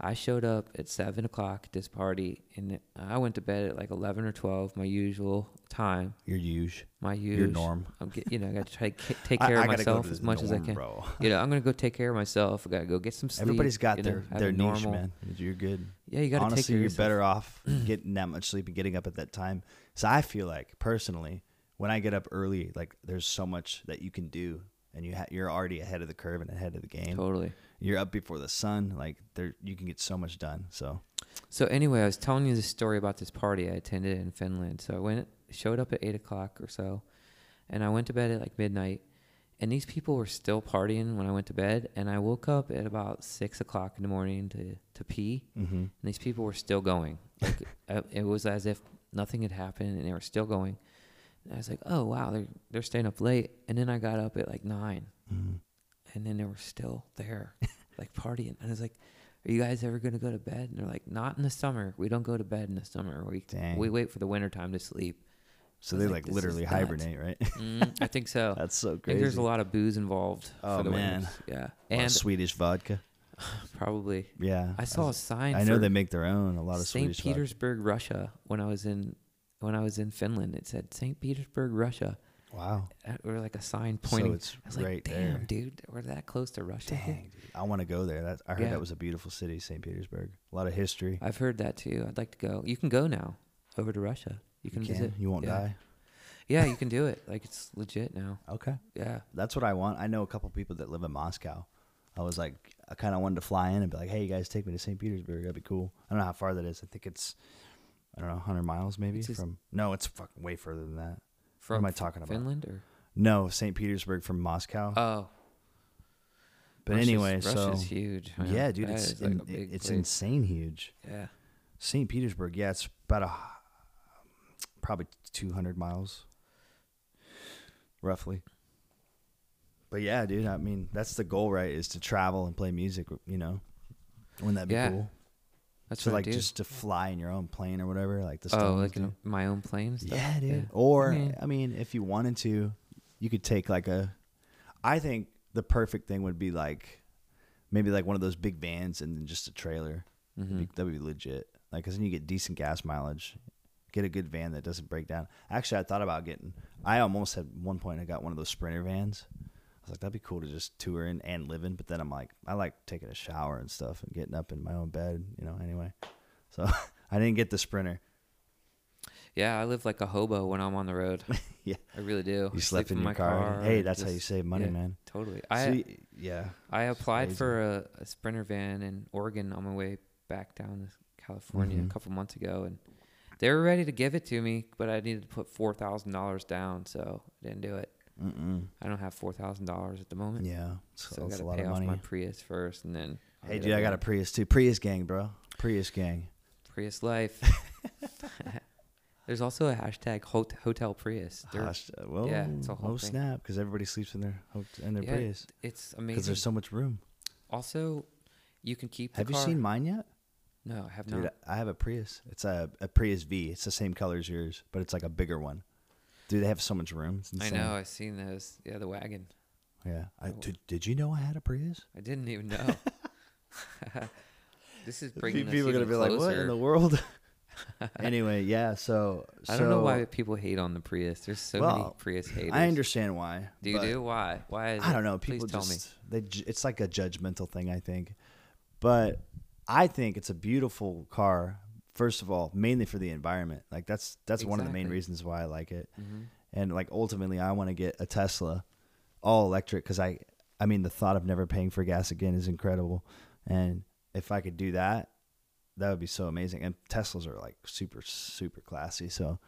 B: I showed up at seven o'clock at this party, and I went to bed at like eleven or twelve, my usual time,
A: Your huge.
B: my
A: Your
B: usual.
A: norm.
B: I'm get, you know, I got to try to ca- take
A: *laughs* I-
B: care
A: I
B: of
A: gotta go
B: myself
A: to
B: as
A: the
B: much as I
A: norm,
B: can.
A: Bro.
B: You know, I'm gonna go take care of myf I gotta go get some sleep.
A: Everybody's got
B: you know,
A: their
B: have
A: their
B: a
A: niche,
B: normal-
A: man. You're good.
B: Yeah, you gotta take
A: Honestly,
B: care. of
A: you're
B: yourself.
A: better off
B: *clears throat*
A: getting that much sleep and getting up at that time. So I feel like personally, when I get up early, like there's so much that you can do, and you ha- you're already ahead of the curve and ahead of the game.
B: Totally.
A: You're up before the sun. Like there, you can get so much done. So
B: So anyway, I was telling you this story about this party I attended in Finland. So I went, showed up at eight o'clock or so, and I went to bed at like midnight. And these people were still partying when I went to bed, and I woke up at about six o'clock in the morning to to pee,
A: mm-hmm.
B: and these people were still going. Like *laughs* uh, it was as if nothing had happened, and they were still going. And I was like, "Oh wow, they're they're staying up late." And then I got up at like nine,
A: Mm-hmm.
B: and then they were still
A: *laughs*
B: there, like partying. And I was like, "Are you guys ever gonna go to bed?" And they're like, "Not in the summer. We don't go to bed in the summer. We
A: Dang.
B: we wait for the winter time to
A: *laughs*
B: sleep."
A: so
B: I was
A: they
B: like,
A: like
B: this is
A: literally
B: nuts.
A: hibernate, right? *laughs*
B: Mm, I think so.
A: That's so
B: I think
A: crazy.
B: there's a lot of booze involved.
A: Oh,
B: for the
A: man.
B: winters. yeah,
A: A lot of
B: and
A: Swedish vodka.
B: probably
A: Yeah,
B: I saw a
A: was-
B: sign.
A: I know
B: for
A: they make their own. A lot of
B: St.
A: Swedish vodka.
B: Petersburg, Russia. When I was in when I was in Finland, it said St. Petersburg, Russia,
A: Wow,
B: uh, or like a sign
A: so
B: pointing.
A: it's
B: I was like,
A: right
B: "Damn,
A: there.
B: dude, we're that close to Russia." here?"
A: Dang, dude. I want to go there. That's, I heard
B: Yeah.
A: that was a beautiful city, St. Petersburg. A lot of history.
B: I've heard that too. I'd like to go. You can go now over to Russia. You
A: You
B: can,
A: can.
B: visit.
A: You won't
B: yeah.
A: die.
B: Yeah, you can do it. Like it's legit now.
A: Okay,
B: Yeah.
A: that's what I want. I know a couple people that live in Moscow. I was like, I kind of wanted to fly in and be like, "Hey, you guys, take me to St. Petersburg. That'd be cool." I don't know how far that is. I think it's, I don't know, hundred miles maybe
B: It's just-
A: from. No, it's fucking way further than that.
B: From
A: am I talking about?
B: Finland or
A: No, St. Petersburg from Moscow.
B: Oh.
A: but
B: Russia's-
A: anyway, so
B: Russia's huge. man.
A: yeah, dude,
B: That
A: it's
B: is, like,
A: in-
B: a big
A: it's
B: place.
A: insane huge.
B: Yeah.
A: St. Petersburg, yeah, it's about a probably 200 miles, roughly. But yeah, dude, I mean, that's the goal, right? Is to travel and play music, you know? Wouldn't that be
B: Yeah,
A: cool?
B: That's
A: so
B: what
A: like
B: I do.
A: just to fly in your own plane or whatever, like the
B: oh,
A: Stones
B: like in
A: do.
B: a- my own plane. Stuff?
A: yeah, dude. Or
B: Yeah.
A: I mean, if you wanted to, you could take like a. I think the perfect thing would be like, maybe like one of those big vans and then just a trailer. That'd be- That would be legit. Like, cause then you get decent gas mileage. Get a good van that doesn't break down. Actually, I thought about getting. I almost had one point. I got one of those sprinter vans. I was like, that'd be cool to just tour in and live in. But then I'm like, I like taking a shower and stuff and getting up in my own bed. You know, anyway. So *laughs* I didn't get the sprinter.
B: Yeah, I live like a hobo when I'm on the road.
A: *laughs* Yeah.
B: I really do. I
A: You slept
B: sleep
A: in your car. Hey, that's how you
B: just-
A: save money,
B: yeah,
A: man.
B: Totally.
A: So
B: I
A: y- yeah.
B: I applied
A: crazy.
B: for a, a sprinter van in Oregon on my way back down to California
A: Mhm.
B: a couple months ago, and they were ready to give it to me, but I needed to put four thousand dollars down, so I didn't do it.
A: Mm-mm.
B: I don't have four thousand dollars at the moment,
A: Yeah.
B: so,
A: So,
B: I
A: that's
B: got
A: a
B: to
A: lot
B: pay
A: of
B: off
A: money.
B: my Prius first, and then I'll
A: hey,
B: get
A: dude, I got a
B: everything.
A: Prius too. Prius gang, bro. Prius gang. *laughs*
B: Prius life. *laughs* There's also a hashtag hot, hotel Prius. They're-
A: Gosh, uh, well,
B: yeah, it's a whole
A: oh
B: thing.
A: snap, because everybody sleeps in their ho- in their
B: Yeah,
A: Prius
B: it's
A: because
B: amazing.
A: there's so much room.
B: also, you can keep. The
A: Have you
B: car.
A: seen mine yet,
B: No, I have
A: dude?
B: not.
A: I have a Prius. It's a, a Prius V. It's the same color as yours, but it's like a bigger one. Dude, they have so much room. It's
B: I
A: insane.
B: know. I've seen those. Yeah, the wagon.
A: Yeah. I,
B: Oh.
A: did, did you know I had a Prius?
B: I didn't even know.
A: *laughs*
B: this is bringing us
A: people are gonna
B: even
A: be like, "What in
B: closer.
A: the
B: *laughs*
A: world?" anyway, yeah. So,
B: I don't know
A: so
B: why people hate on the Prius. There's so many
A: Well,
B: Prius haters.
A: I understand why.
B: Do you
A: but
B: do? Why? Why? Is
A: I
B: it?
A: don't know. People
B: Please tell
A: just
B: me.
A: they ju- it's like a judgmental thing, I think. But I think it's a beautiful car. First of all, mainly for the environment. Like that's that's one of the main
B: Exactly.
A: reasons why I like it.
B: Mhm.
A: and like ultimately I want to get a Tesla, all electric because I I mean the thought of never paying for gas again is incredible, and if I could do that, that would be so amazing. And Teslas are like super super classy, so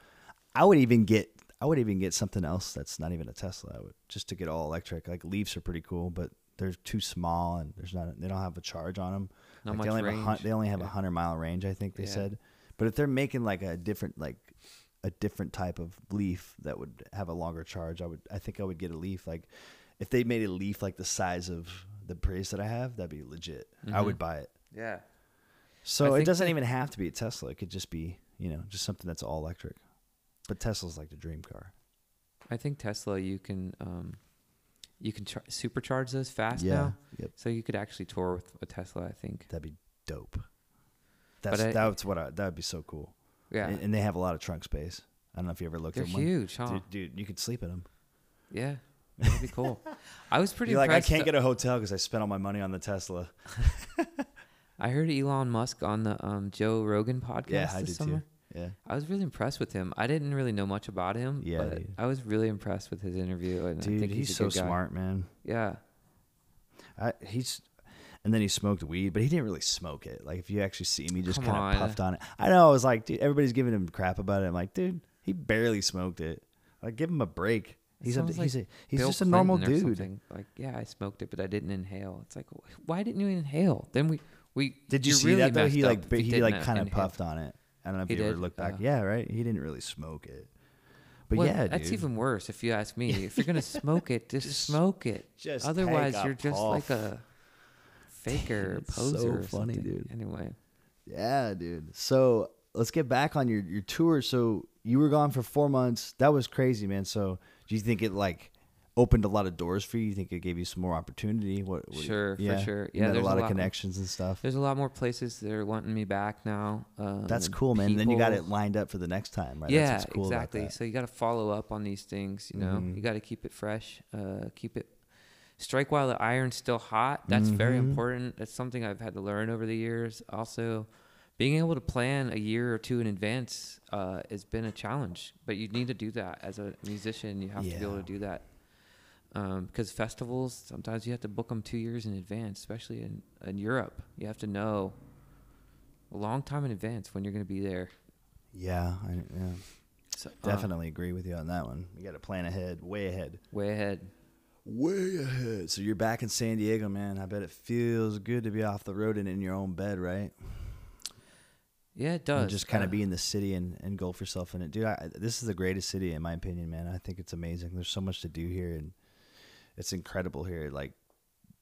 A: I would even get I would even get something else that's not even a Tesla. I would just to get all electric. Like Leafs are pretty cool, but they're too small and there's not they don't have a charge on them.
B: Not
A: like
B: much
A: they only Have a, hun-
B: range.
A: they only have a
B: Yeah.
A: hundred mile range, I think they
B: Yeah.
A: said. But if they're making like a different like a different type of leaf that would have a longer charge, I would I think I would get a leaf like if they made a leaf like the size of the praise that I have, that'd be legit. I would buy it.
B: Yeah. Mm-hmm. I
A: So it
B: think
A: doesn't
B: that-
A: even have to be a Tesla. It could just be, you know, just something that's all electric. But Tesla's like the dream car.
B: I think Tesla, you can um, you can char- supercharge those fast
A: yeah.
B: now,
A: Yep.
B: so you could actually tour with a Tesla. I think.
A: That'd be dope. That's
B: I-
A: that's what I that would be so cool.
B: Yeah,
A: And, and they have a lot of trunk space. I don't know if you ever looked
B: they're
A: at one.
B: huge, huh?
A: Dude, dude, you could sleep in them.
B: Yeah, that'd
A: *laughs*
B: be cool. I was pretty
A: You're like, I
B: impressed. uh,
A: can't get a hotel because I spent all my money on the Tesla.
B: I heard Elon Musk on the um, Joe Rogan podcast
A: Yeah, I
B: this
A: did
B: summer.
A: too. Yeah.
B: I was really impressed with him. I didn't really know much about him,
A: Yeah,
B: but
A: dude.
B: I was really impressed with his interview. And I
A: Dude,
B: think
A: he's,
B: he's, a
A: so
B: good guy.
A: smart, man.
B: Yeah,
A: I, he's and then he smoked weed, but he didn't really smoke it. Like if you actually see him, he just
B: Come
A: kind
B: on.
A: of puffed on it. I know. I was like, dude, everybody's giving him crap about it. I'm like, dude, he barely smoked it. Like, give him a break.
B: It
A: He's a,
B: sounds
A: he's
B: like
A: a, he's
B: Bill
A: just a normal
B: Clinton or
A: dude.
B: something. Like, yeah, I smoked it, but I didn't inhale. It's like, wh- why didn't you inhale? Then we we
A: Did you
B: you're
A: see
B: really
A: that though? He
B: messed
A: like
B: up if
A: ba-
B: you
A: he
B: didn't
A: like
B: uh,
A: kind of
B: inhale.
A: puffed on it. I don't know if
B: He
A: you ever
B: did?
A: looked back.
B: Oh.
A: yeah, right. He didn't really smoke it. But
B: Well,
A: yeah,
B: that's
A: dude.
B: even worse if you
A: *laughs*
B: ask me. If you're gonna smoke it, just,
A: Just-
B: smoke it.
A: just take
B: Otherwise,
A: a
B: you're just like
A: puff.
B: a faker, or
A: it's so
B: poser. or
A: funny,
B: something.
A: dude.
B: Anyway,
A: yeah, dude. So let's get back on your your tour. So you were gone for four months. That was crazy, man. So do you think it like opened a lot of doors for you? You think it gave you some more opportunity? What? what
B: Sure, for sure.
A: You
B: Yeah,
A: met
B: there's
A: a
B: a
A: lot of
B: lot-
A: connections and stuff.
B: there's a lot more places that are wanting me back now. Um,
A: That's
B: and
A: cool, man. And Then you got
B: people-
A: it lined up for the next time, right?
B: yeah,
A: That's what's cool about
B: exactly.
A: that. Mm-hmm.
B: So you got to follow up on these things. You know, you got to keep it fresh. Uh, keep it strike while the iron's still hot. That's very
A: Mm-hmm.
B: important. That's something I've had to learn over the years. Also, being able to plan a year or two in advance uh, has been a challenge. But you need to do that as a musician. You have to be able
A: Yeah.
B: to do that because festivals sometimes you have to book them two years in advance, especially in, in Europe. You have to know a long time in advance when you're going to be there.
A: Yeah, I, yeah.
B: So, uh,
A: Definitely agree with you on that one. You got to plan ahead, way ahead.
B: way ahead.
A: Way ahead. So you're back in San Diego, man. I bet it feels good to be off the road and in your own bed, right?
B: Yeah, it does.
A: And just kind
B: Uh,
A: of be in the city and and engulf yourself in it, dude. I, this is the greatest city in my opinion, man. I think it's amazing. There's so much to do here, and it's incredible here. Like,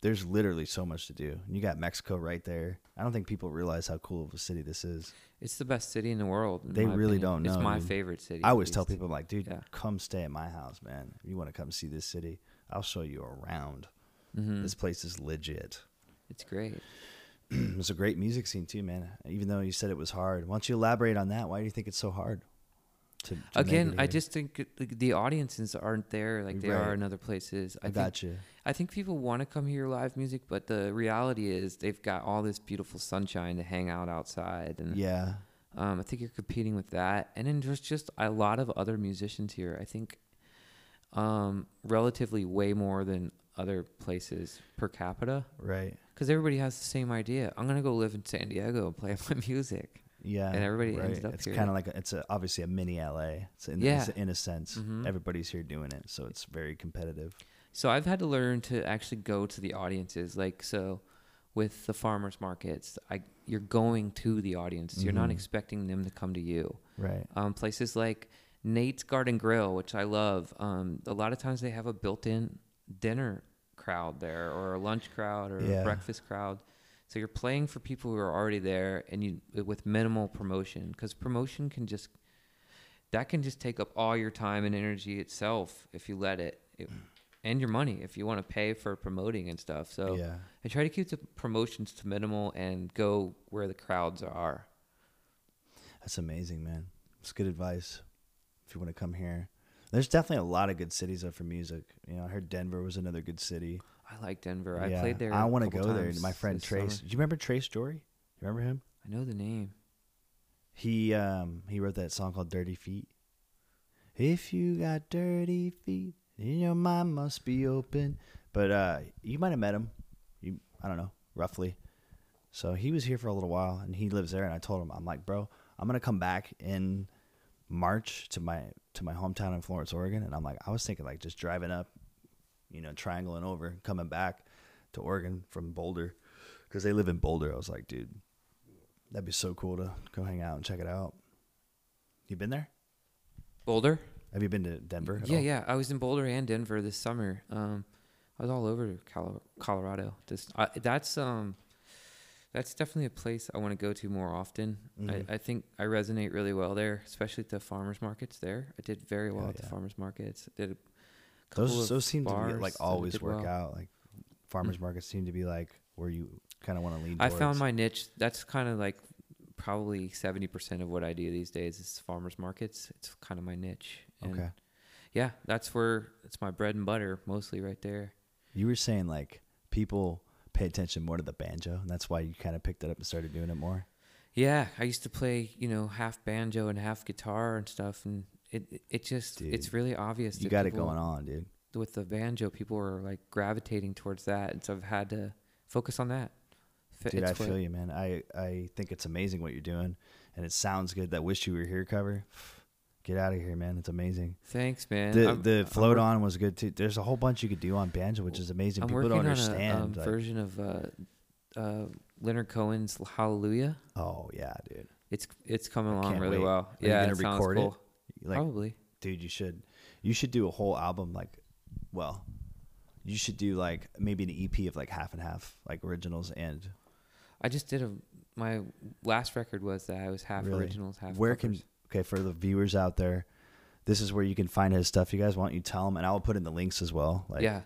A: there's literally so much to do. And you got Mexico right there. I don't think people realize how cool of a city this is.
B: It's the best city in the world. in
A: They
B: my
A: really
B: opinion.
A: don't
B: It's
A: know,
B: my
A: dude.
B: favorite city.
A: I
B: at
A: always tell
B: least.
A: people, I'm like, dude,
B: Yeah.
A: come stay at my house, man. If you want to come see this city, I'll show you around.
B: Mm-hmm.
A: This place is legit. *clears throat*
B: it's great.
A: it's a great music scene too, man. Even though you said it was hard, why don't you elaborate on that? Why do you think it's so hard? To, to make
B: Again,
A: it
B: I
A: here?
B: just think it- the, the audiences aren't there like they are
A: Right.
B: in other places. I
A: I
B: think,
A: got you.
B: I think people want to come hear live music, but the reality is they've got all this beautiful sunshine to hang out outside, and
A: Yeah,
B: um, I think you're competing with that. And then there's just a lot of other musicians here. I think um, relatively way more than other places per capita.
A: right.
B: because everybody has the same idea. I'm gonna go live in San Diego and play *laughs* my music.
A: Yeah,
B: And everybody ends up
A: It's
B: here.
A: kind of like a, it's a, obviously a mini LA. It's in,
B: Yeah. Mm-hmm.
A: it's in a sense, everybody's here doing it, so it's very competitive.
B: So I've had to learn to actually go to the audiences. Like so, with the farmers markets, I you're going to the audience. You're not expecting them to come to you.
A: Right.
B: Um, places like Nate's Garden Grill, which I love. Um, a lot of times they have a built-in dinner crowd there, or a lunch crowd, or
A: Yeah.
B: a breakfast crowd. So you're playing for people who are already there, and you with minimal promotion, because promotion can just that can just take up all your time and energy itself if you let it, it and your money if you want to pay for promoting and stuff. So
A: Yeah.
B: I try to keep the promotions to minimal and go where the crowds are.
A: That's amazing, man. It's good advice if you want to come here. There's definitely a lot of good cities though for music. You know, I heard Denver was another good city.
B: I like Denver. I
A: Yeah,
B: played there.
A: I
B: want
A: wanna
B: to
A: go there. My friend Trace. Do you remember Trace Jory? You remember him?
B: I know the name.
A: He um he wrote that song called Dirty Feet. If you got dirty feet, then your mind must be open. But uh, you might have met him. You, I don't know, roughly. So he was here for a little while, and he lives there. And I told him, I'm like, bro, I'm gonna come back in March to my to my hometown in Florence, Oregon. And I'm like, I was thinking like just driving up, you know, triangling over, coming back to Oregon from Boulder, because they live in Boulder. I was like, dude, that'd be so cool to go hang out and check it out. You been there?
B: Boulder.
A: Have you been to Denver? at
B: Yeah,
A: all?
B: yeah. I was in Boulder and Denver this summer. Um, I was all over Colo- Colorado. This I that's um, that's definitely a place I want to go to more often.
A: Mhm.
B: I, I think I resonate really well there, especially at the farmers markets there. I did very well
A: Yeah,
B: at the
A: yeah.
B: farmers markets. I did a couple
A: Those
B: of
A: those seem to be
B: bars
A: like
B: that I
A: always
B: did
A: work
B: well.
A: out. Like farmers markets seem to be like where you kind of want to lean.
B: I
A: Towards.
B: found my niche. That's kind of like probably 70% of what I do these days is farmers markets. It's kind of my niche. And
A: Okay.
B: Yeah, that's where it's my bread and butter mostly right there.
A: You were saying like people pay attention more to the banjo, and that's why you kind of picked it up and started doing it more.
B: Yeah, I used to play, you know, half banjo and half guitar and stuff and it it- it just it's
A: Dude,
B: really obvious
A: You
B: that
A: got it
B: people-
A: going on, dude.
B: with the banjo people are like gravitating towards that and so I've had to focus on that. F-
A: Dude,
B: it's
A: I
B: what-
A: feel you, man. I I think it's amazing what you're doing, and it sounds good. That "Wish You Were Here" cover. Get out of here, man. It's amazing.
B: Thanks, man.
A: The
B: I'm-
A: the
B: I'm
A: float
B: work-
A: on was good too. There's a whole bunch you could do on banjo, which is amazing.
B: I'm
A: People
B: working
A: don't
B: on
A: understand.
B: a um,
A: like-
B: version of uh, uh, Leonard Cohen's Hallelujah.
A: oh yeah, dude.
B: It's it's coming along
A: can't
B: really
A: wait.
B: well.
A: Are you
B: yeah,
A: gonna
B: it sounds
A: record it?
B: cool. Oh.
A: Like
B: Probably.
A: dude you should you should do a whole album like well you should do like maybe an ep of like half and half like originals and
B: I just did a my last record was that I was half
A: Really?
B: originals, half
A: where
B: covers.
A: can okay for the viewers out there this is where you can find his stuff you guys want you tell him and i'll put in the links as well like *laughs*
B: yeah.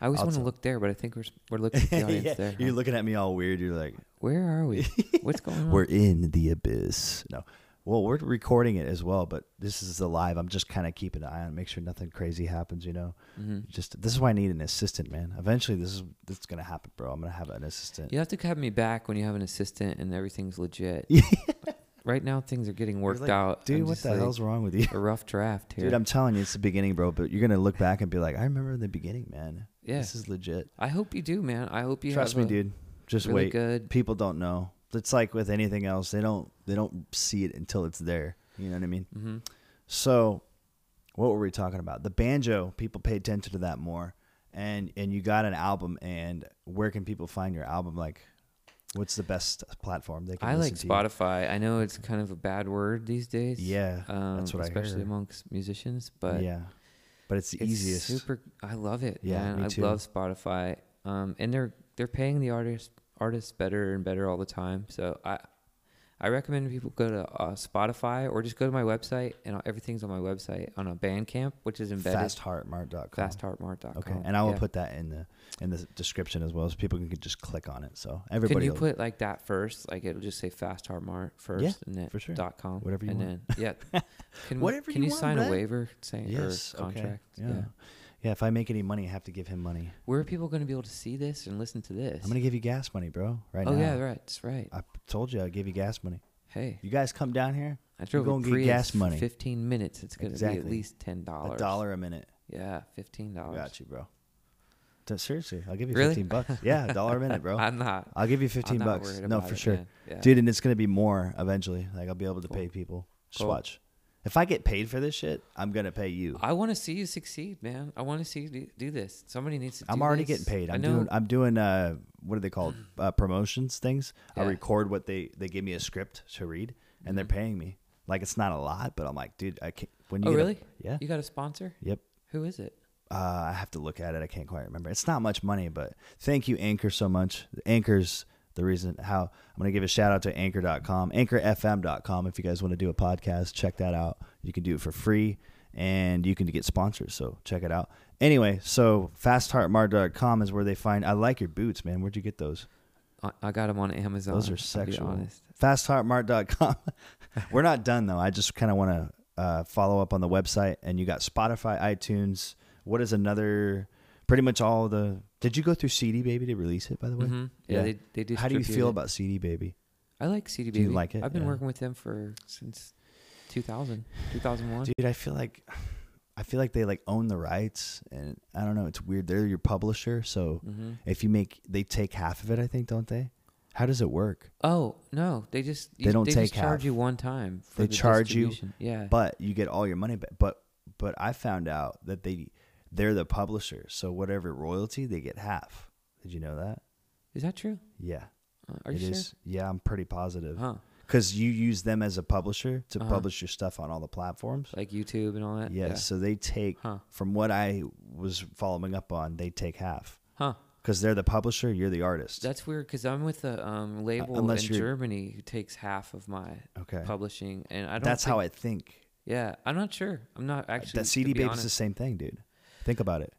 B: I always
A: I'll
B: want to
A: tell-
B: look there, but I think we're s- we're looking at the
A: *laughs*
B: audience
A: yeah,
B: there.
A: you're
B: huh?
A: looking at me all weird you're like
B: Where
A: *laughs*
B: are we? What's going on?
A: we're in the abyss no well we're recording it as well but this is the live i'm just kind of keeping an eye on it make sure nothing crazy happens you know
B: Mhm.
A: just this is why i need an assistant man eventually this is this is gonna happen bro i'm gonna have an assistant
B: You have to have me back when you have an assistant and
A: *laughs*
B: everything's legit. right now things are getting
A: You're
B: worked
A: like,
B: out.
A: Dude,
B: I'm
A: what
B: just
A: the
B: like,
A: hell's wrong
B: *laughs*
A: with you?
B: a rough draft here.
A: Dude, I'm telling you, it's the beginning, bro. But you're gonna look back and be like, I remember the beginning, man.
B: Yeah.
A: this is legit.
B: I hope you do, man. I hope you
A: Trust
B: have
A: me,
B: a
A: dude. Just
B: really
A: wait.
B: good
A: People don't know. It's like with anything else; they don't they don't see it until it's there. You know what I mean?
B: hmm
A: So, what were we talking about? The banjo. People pay attention to that more. And and you got an album. And where can people find your album? Like, what's the best platform they can?
B: I like
A: listen to you?
B: Spotify. I know it's kind of a bad word these days.
A: Yeah,
B: um,
A: that's what I
B: especially
A: heard.
B: amongst musicians. But
A: yeah, but it's the
B: it's
A: easiest.
B: Super. I love it.
A: Yeah,
B: Yeah, man.
A: me
B: I
A: too.
B: love Spotify. Um, and they're they're paying the artists artists better and better all the time. So I I recommend people go to uh, Spotify or just go to my website and everything's on my website on a Bandcamp, which is embedded.
A: Fastheartmart.com.
B: FastHeartMart.com.
A: Okay, and I will
B: Yeah.
A: put that in the in the description as well, so people can just click on it. So
B: Can
A: everybody,
B: you
A: will-
B: put like that first? Like it'll just say Fast Heart Mart first, and then
A: for sure.
B: dot com,
A: Whatever you
B: and
A: want.
B: Then,
A: *laughs*
B: yeah, can, we-
A: Whatever
B: can
A: you
B: you,
A: want,
B: sign
A: right?
B: a waiver saying
A: yes,
B: or contract?
A: Okay. Yeah. yeah, If I make any money, I have to give him money.
B: Where are people going to be able to see this and listen to this?
A: I'm gonna give you gas money, bro. Right
B: oh
A: now. Uh,
B: yeah, right. That's right.
A: I told you I'd give you gas money.
B: Hey,
A: You guys come down here,
B: I drove
A: gonna
B: a
A: get
B: Prius
A: gas
B: for
A: money.
B: Fifteen minutes. It's going to be
A: Exactly.
B: at least ten dollars.
A: a dollar a minute.
B: Yeah, fifteen dollars.
A: Got you, bro. Th- Seriously, I'll give you
B: Really?
A: fifteen bucks. Yeah, a dollar a minute, bro.
B: *laughs* I'm not.
A: I'll give you
B: I'm
A: 15
B: not
A: bucks.
B: worried
A: No,
B: about
A: for
B: it,
A: sure.
B: man. Yeah.
A: Dude, and it's going to be more eventually. Like, I'll be able to
B: Cool.
A: pay people. Just
B: Cool.
A: watch. If I get paid for this shit, I'm going to pay you.
B: I want to see you succeed, man. I want to see you do, do this. Somebody needs to.
A: I'm
B: do
A: already
B: this.
A: getting paid.
B: I
A: I'm
B: know.
A: doing I'm doing uh what are they
B: *clears throat*
A: called? Uh, promotions things. I
B: Yeah. Mm-hmm.
A: record what they they give me a script to read and they're paying me. Like it's not a lot, but I'm like, dude, I can't when you
B: oh
A: get a-
B: really?
A: yeah.
B: You got a sponsor?
A: Yep.
B: Who is it?
A: Uh, I have to look at it. I can't quite remember. It's not much money, but thank you Anchor so much. Anchor's the reason how I'm going to give a shout out to anchor.com, anchorfm.com if you guys want to do a podcast, check that out. You can do it for free and you can get sponsors, so check it out. Anyway, so fastheartmar.com is where they find I like your boots, man. Where'd you get those?
B: I- I got them on Amazon.
A: Those
B: I'll
A: are
B: be
A: sexual.
B: honest.
A: Fastheartmart.com. *laughs* We're not done though. I just kind of want to uh, follow up on the website, and you got Spotify, iTunes. What is another? Pretty much all the. Did you go through CD Baby to release it? By the way,
B: Mhm. Yeah,
A: Yeah.
B: they they distribute
A: how do you feel
B: it.
A: about CD Baby?
B: I like CD
A: Do you
B: Baby.
A: like it?
B: I've been
A: Yeah.
B: working with them for since 2000, 2001.
A: Dude, I feel like I feel like they like own the rights, and I don't know. It's weird. They're your publisher, so
B: Mhm.
A: if you make, they take half of it. I think, don't they? How does it work?
B: Oh no, they just you,
A: They don't
B: just
A: take
B: charge
A: half.
B: you one time. For
A: They
B: the
A: charge you,
B: distribution. yeah.
A: But you get all your money back. But but I found out that they they're the publisher, so whatever royalty they get half. Did you know that?
B: is that true?
A: Yeah,
B: Uh, are
A: it
B: you
A: is- Yeah, I'm pretty positive.
B: sure? Huh?
A: Because you use them as a publisher to
B: Uh-huh.
A: publish your stuff on all the platforms.
B: Like YouTube and all that.
A: Yes, so they take
B: Yeah. Huh?
A: from what I was following up on, they take half
B: Huh?
A: because they're the publisher, you're the artist.
B: That's weird because I'm with a um, label
A: Uh, unless
B: in
A: you're-
B: Germany who takes half of my
A: okay,
B: publishing, and I don't.
A: that's how
B: think-
A: I think.
B: Yeah, I'm not sure. I'm not actually.
A: that CD
B: to be
A: Baby's the
B: honest.
A: same thing, dude. Think about it.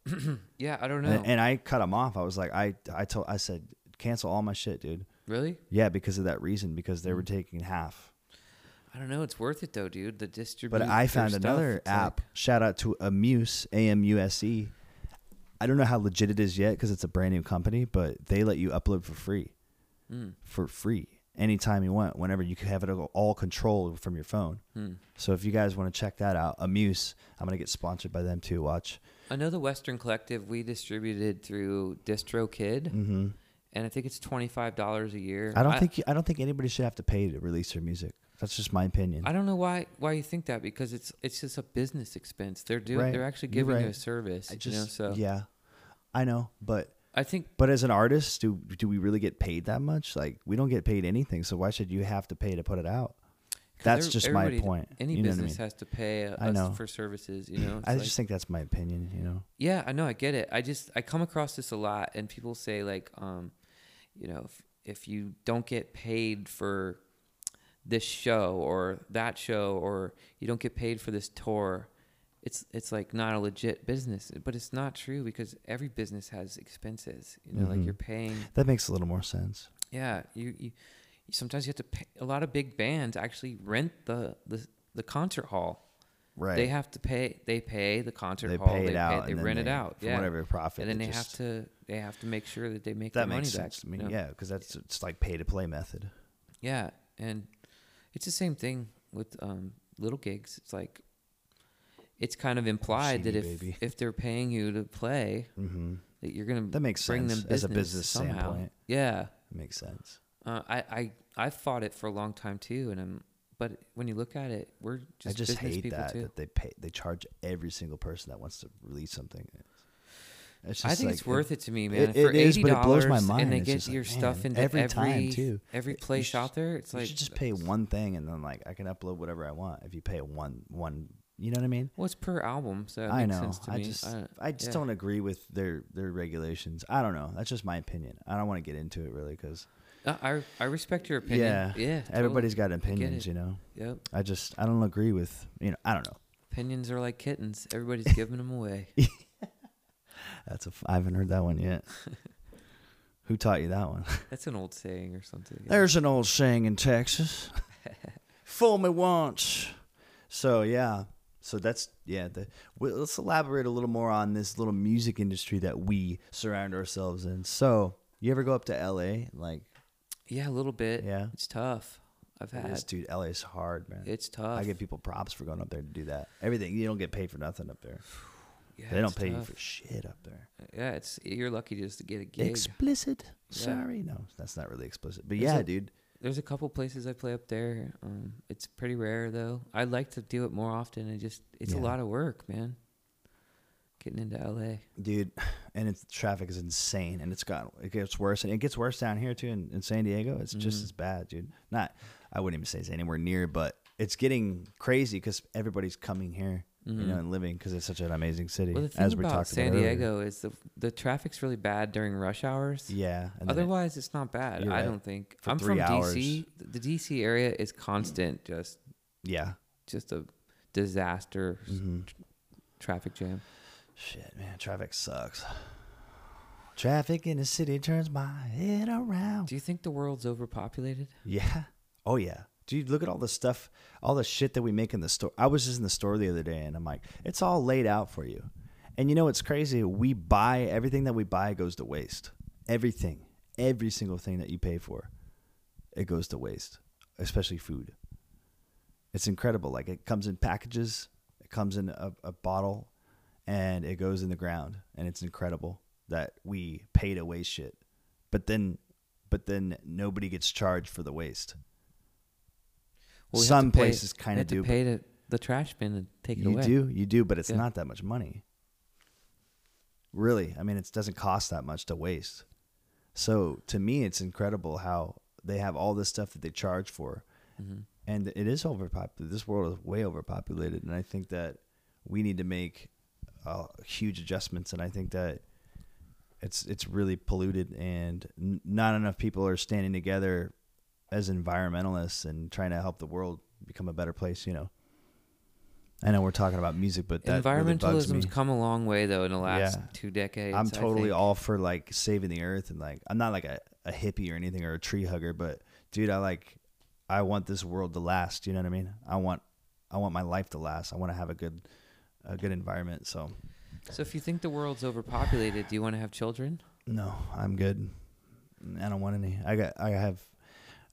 B: Yeah, I don't know.
A: And, and I cut him off. I was like, I I told I said cancel all my shit, dude.
B: really?
A: Yeah, because of that reason, because they were
B: Mm.
A: taking half.
B: I don't know. It's worth it though, dude. The distribution.
A: But I found another app. Shout out to Amuse, A M U S E. I don't know how legit it is yet because it's a brand new company, but they let you upload for free,
B: Mm.
A: for free anytime you want, whenever you can have it all controlled from your phone.
B: Hmm.
A: So if you guys want to check that out, Amuse, I'm gonna get sponsored by them too. Watch.
B: I know the Western Collective we distributed through DistroKid,
A: Mm-hmm.
B: and I think it's twenty five dollars a year.
A: I don't think you, I don't think anybody should have to pay to release their music. That's just my opinion.
B: I don't know why why you think that because it's it's just a business expense. They're doing
A: Right.
B: they're actually
A: You're
B: giving you
A: right.
B: a service.
A: I
B: you know,
A: just
B: so
A: yeah, I know, but
B: I think
A: but as an artist, do do we really get paid that much? Like we don't get paid anything, so why should you have to pay to put it out?
B: 'cause
A: That's
B: every-
A: just my
B: everybody-
A: point.
B: Any
A: you know what I
B: business
A: mean?
B: has to pay uh,
A: I know.
B: us for services. You
A: *laughs*
B: know, It's
A: I
B: like-
A: just think that's my opinion. You know,
B: Yeah, I know, I get it. I just I come across this a lot, and people say like, um, you know, if if you don't get paid for this show or that show, or you don't get paid for this tour, it's it's like not a legit business. But it's not true because every business has expenses. You know,
A: Mhm.
B: like you're paying.
A: that makes a little more sense.
B: Yeah, you you you- sometimes you have to pay. A lot of big bands actually rent the the the concert hall.
A: Right?
B: They have to pay. They pay the concert
A: They
B: hall.
A: pay it out.
B: They
A: and then
B: rent it
A: they-
B: out.
A: for
B: yeah
A: whatever profit.
B: and then
A: it
B: they
A: just-
B: have to they have to make sure that they make
A: That
B: their money
A: makes
B: back.
A: sense to me.
B: you know?
A: Yeah, because that's it's like pay to play method.
B: Yeah, and it's the same thing with um, little gigs. It's like it's kind of implied that if
A: CD baby.
B: if they're paying you to play,
A: Mm-hmm.
B: that you're gonna
A: That makes
B: bring
A: sense
B: them
A: as
B: business
A: a business
B: somehow.
A: standpoint.
B: Yeah,
A: It makes sense.
B: uh, I I I fought it for a long time too, and I'm. But when you look at it, we're
A: I
B: just,
A: just
B: business
A: hate
B: people
A: that
B: too.
A: that they pay they charge every single person that wants to release something. It's
B: I
A: just
B: think
A: like-
B: it's worth it, to me, man.
A: it-
B: For
A: it is,
B: eighty
A: but it blows
B: dollars,
A: my
B: and
A: mind.
B: they
A: It's
B: get
A: just like,
B: your stuff
A: man,
B: into
A: every
B: every
A: time, too.
B: every
A: It- you
B: place
A: should-
B: out there. It's
A: You
B: like
A: should just pay one thing, and then like I can upload whatever I want. If you pay one one, you know what I mean?
B: Well, it's per album, so it
A: I
B: makes
A: know.
B: sense to
A: I
B: me.
A: just I,
B: don't-
A: just
B: yeah.
A: don't agree with their their regulations. I don't know. That's just my opinion. I don't want to get into it really because
B: No, I Uh, I respect your opinion.
A: yeah,
B: Yeah, yeah.
A: everybody's got
B: get
A: opinions,
B: it.
A: you know.
B: totally. Yep.
A: I just I don't agree with you know. I don't know.
B: Opinions are like kittens.
A: *laughs*
B: Everybody's giving them away.
A: That's a f- I haven't heard that one
B: *laughs*
A: yet. Who taught you that one?
B: That's an old saying or something. yeah.
A: There's an old saying in
B: *laughs*
A: Texas. Fool me once. So yeah. So that's yeah. The, well, let's elaborate a little more on this little music industry that we surround ourselves in. So you ever go up to L.A. Like
B: Yeah, a little bit.
A: Yeah.
B: It's tough. I've
A: it
B: had.
A: is, dude, L.A. is hard, man.
B: It's tough.
A: I give people props for going up there to do that. Everything you don't get paid for nothing up there.
B: yeah,
A: they don't
B: it's
A: pay
B: tough.
A: you for shit up there.
B: Yeah, it's you're lucky just to get a gig.
A: Explicit.
B: Yeah.
A: Sorry, no, that's not really explicit. But
B: Is
A: yeah,
B: it-
A: dude.
B: There's a couple places I play up there. Um, it's pretty rare though. I like to do it more often. I just it's
A: Yeah.
B: a lot of work, man. Getting into LA.
A: dude and it's traffic is insane and it's got it gets worse and it gets worse down here too in, in san diego it's just
B: Mhm.
A: as bad dude not i wouldn't even say it's anywhere near but it's getting crazy because everybody's coming here you know
B: Mhm.
A: and living because it's such an amazing city
B: Well, the thing
A: as we
B: about
A: talked
B: San
A: about earlier.
B: Diego is the the traffic's really bad during rush hours.
A: yeah and then it-
B: Otherwise, it's not bad.
A: You're
B: I
A: right.
B: don't think.
A: For
B: I'm
A: three
B: from
A: hours.
B: DC. The DC area is constant, just
A: yeah
B: just a disaster s-
A: hmm
B: traffic jam.
A: shit man traffic sucks traffic in the city turns my head around
B: Do you think the world's overpopulated?
A: Yeah. Oh yeah. Dude, look at all the stuff, all the shit that we make in the store. I was just in the store the other day and I'm like, it's all laid out for you. And you know what's crazy? We buy everything that we buy goes to waste. Everything. Every single thing that you pay for, it goes to waste, especially food. It's incredible. Like it comes in packages, It comes in a, a bottle and it goes in the ground and it's incredible that we pay to waste shit. But then but then nobody gets charged for the waste.
B: Well, we have
A: Some
B: to pay-
A: places kind of
B: we have
A: do.
B: to
A: but
B: pay to the trash bin and take it
A: you
B: away.
A: do, you do, but it's
B: Yeah.
A: not that much money. Really, I mean, it doesn't cost that much to waste. So to me, it's incredible how they have all this stuff that they charge for,
B: Mm-hmm.
A: and it is overpopulated. This world is way overpopulated, and I think that we need to make uh, huge adjustments. And I think that it's it's really polluted, and n- not enough people are standing together as environmentalists and trying to help the world become a better place. You know, I know we're talking about music, but that really bugs
B: Environmentalism's
A: me.
B: come a long way though in the last
A: Yeah.
B: two decades.
A: I'm
B: I
A: totally
B: think.
A: all for like saving the earth and like I'm not like a, a hippie or anything or a tree hugger, but dude, I like I want this world to last. You know what I mean? I want I want my life to last. I want to have a good a good environment. So
B: So if you think the world's overpopulated, do you want to have children?
A: no, I'm good. I don't want any. I got I have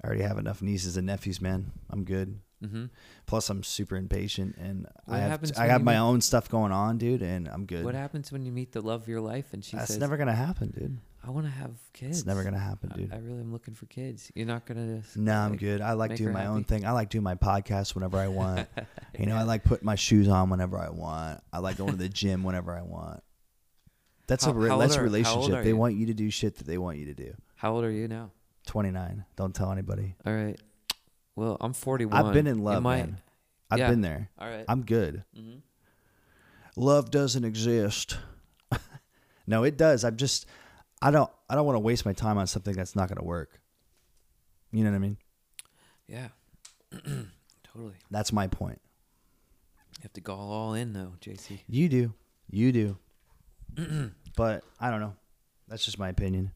A: I already have enough nieces and nephews, man. I'm good.
B: Mm-hmm.
A: Plus, I'm super impatient and
B: What
A: I have
B: happens
A: I
B: when
A: have
B: you
A: my
B: meet-
A: own stuff going on, dude, and I'm good.
B: What happens when you meet the love of your life and she
A: That's
B: says,
A: never gonna happen, dude.
B: "I want to have kids"?
A: It's never gonna happen,
B: I-
A: dude.
B: I, really am looking for kids. You're not gonna. just,
A: No, I'm
B: like-
A: good. I like
B: make
A: doing
B: her
A: my own
B: happy.
A: thing. I like doing my podcast whenever I
B: *laughs*
A: want. you know, I like putting my shoes on whenever I want. I like going to the gym whenever I want. That's
B: How-
A: a re-
B: how old
A: that's a
B: are- how old
A: relationship.
B: are
A: They
B: you?
A: want you to do shit that they want you to do.
B: How old are you now?
A: 29. Don't tell anybody.
B: All right. Well, I'm 41.
A: I've been in
B: You
A: love,
B: might-
A: man. I've
B: Yeah.
A: been there.
B: All right.
A: I'm good.
B: Mhm.
A: Love doesn't exist. *laughs* no, it does. I'm just I don't I don't want to waste my time on something that's not going to work. You know what I mean?
B: Yeah. *clears throat* totally.
A: That's my point.
B: You have to go all in though, JC.
A: You do. You do. but I don't know. That's just my opinion.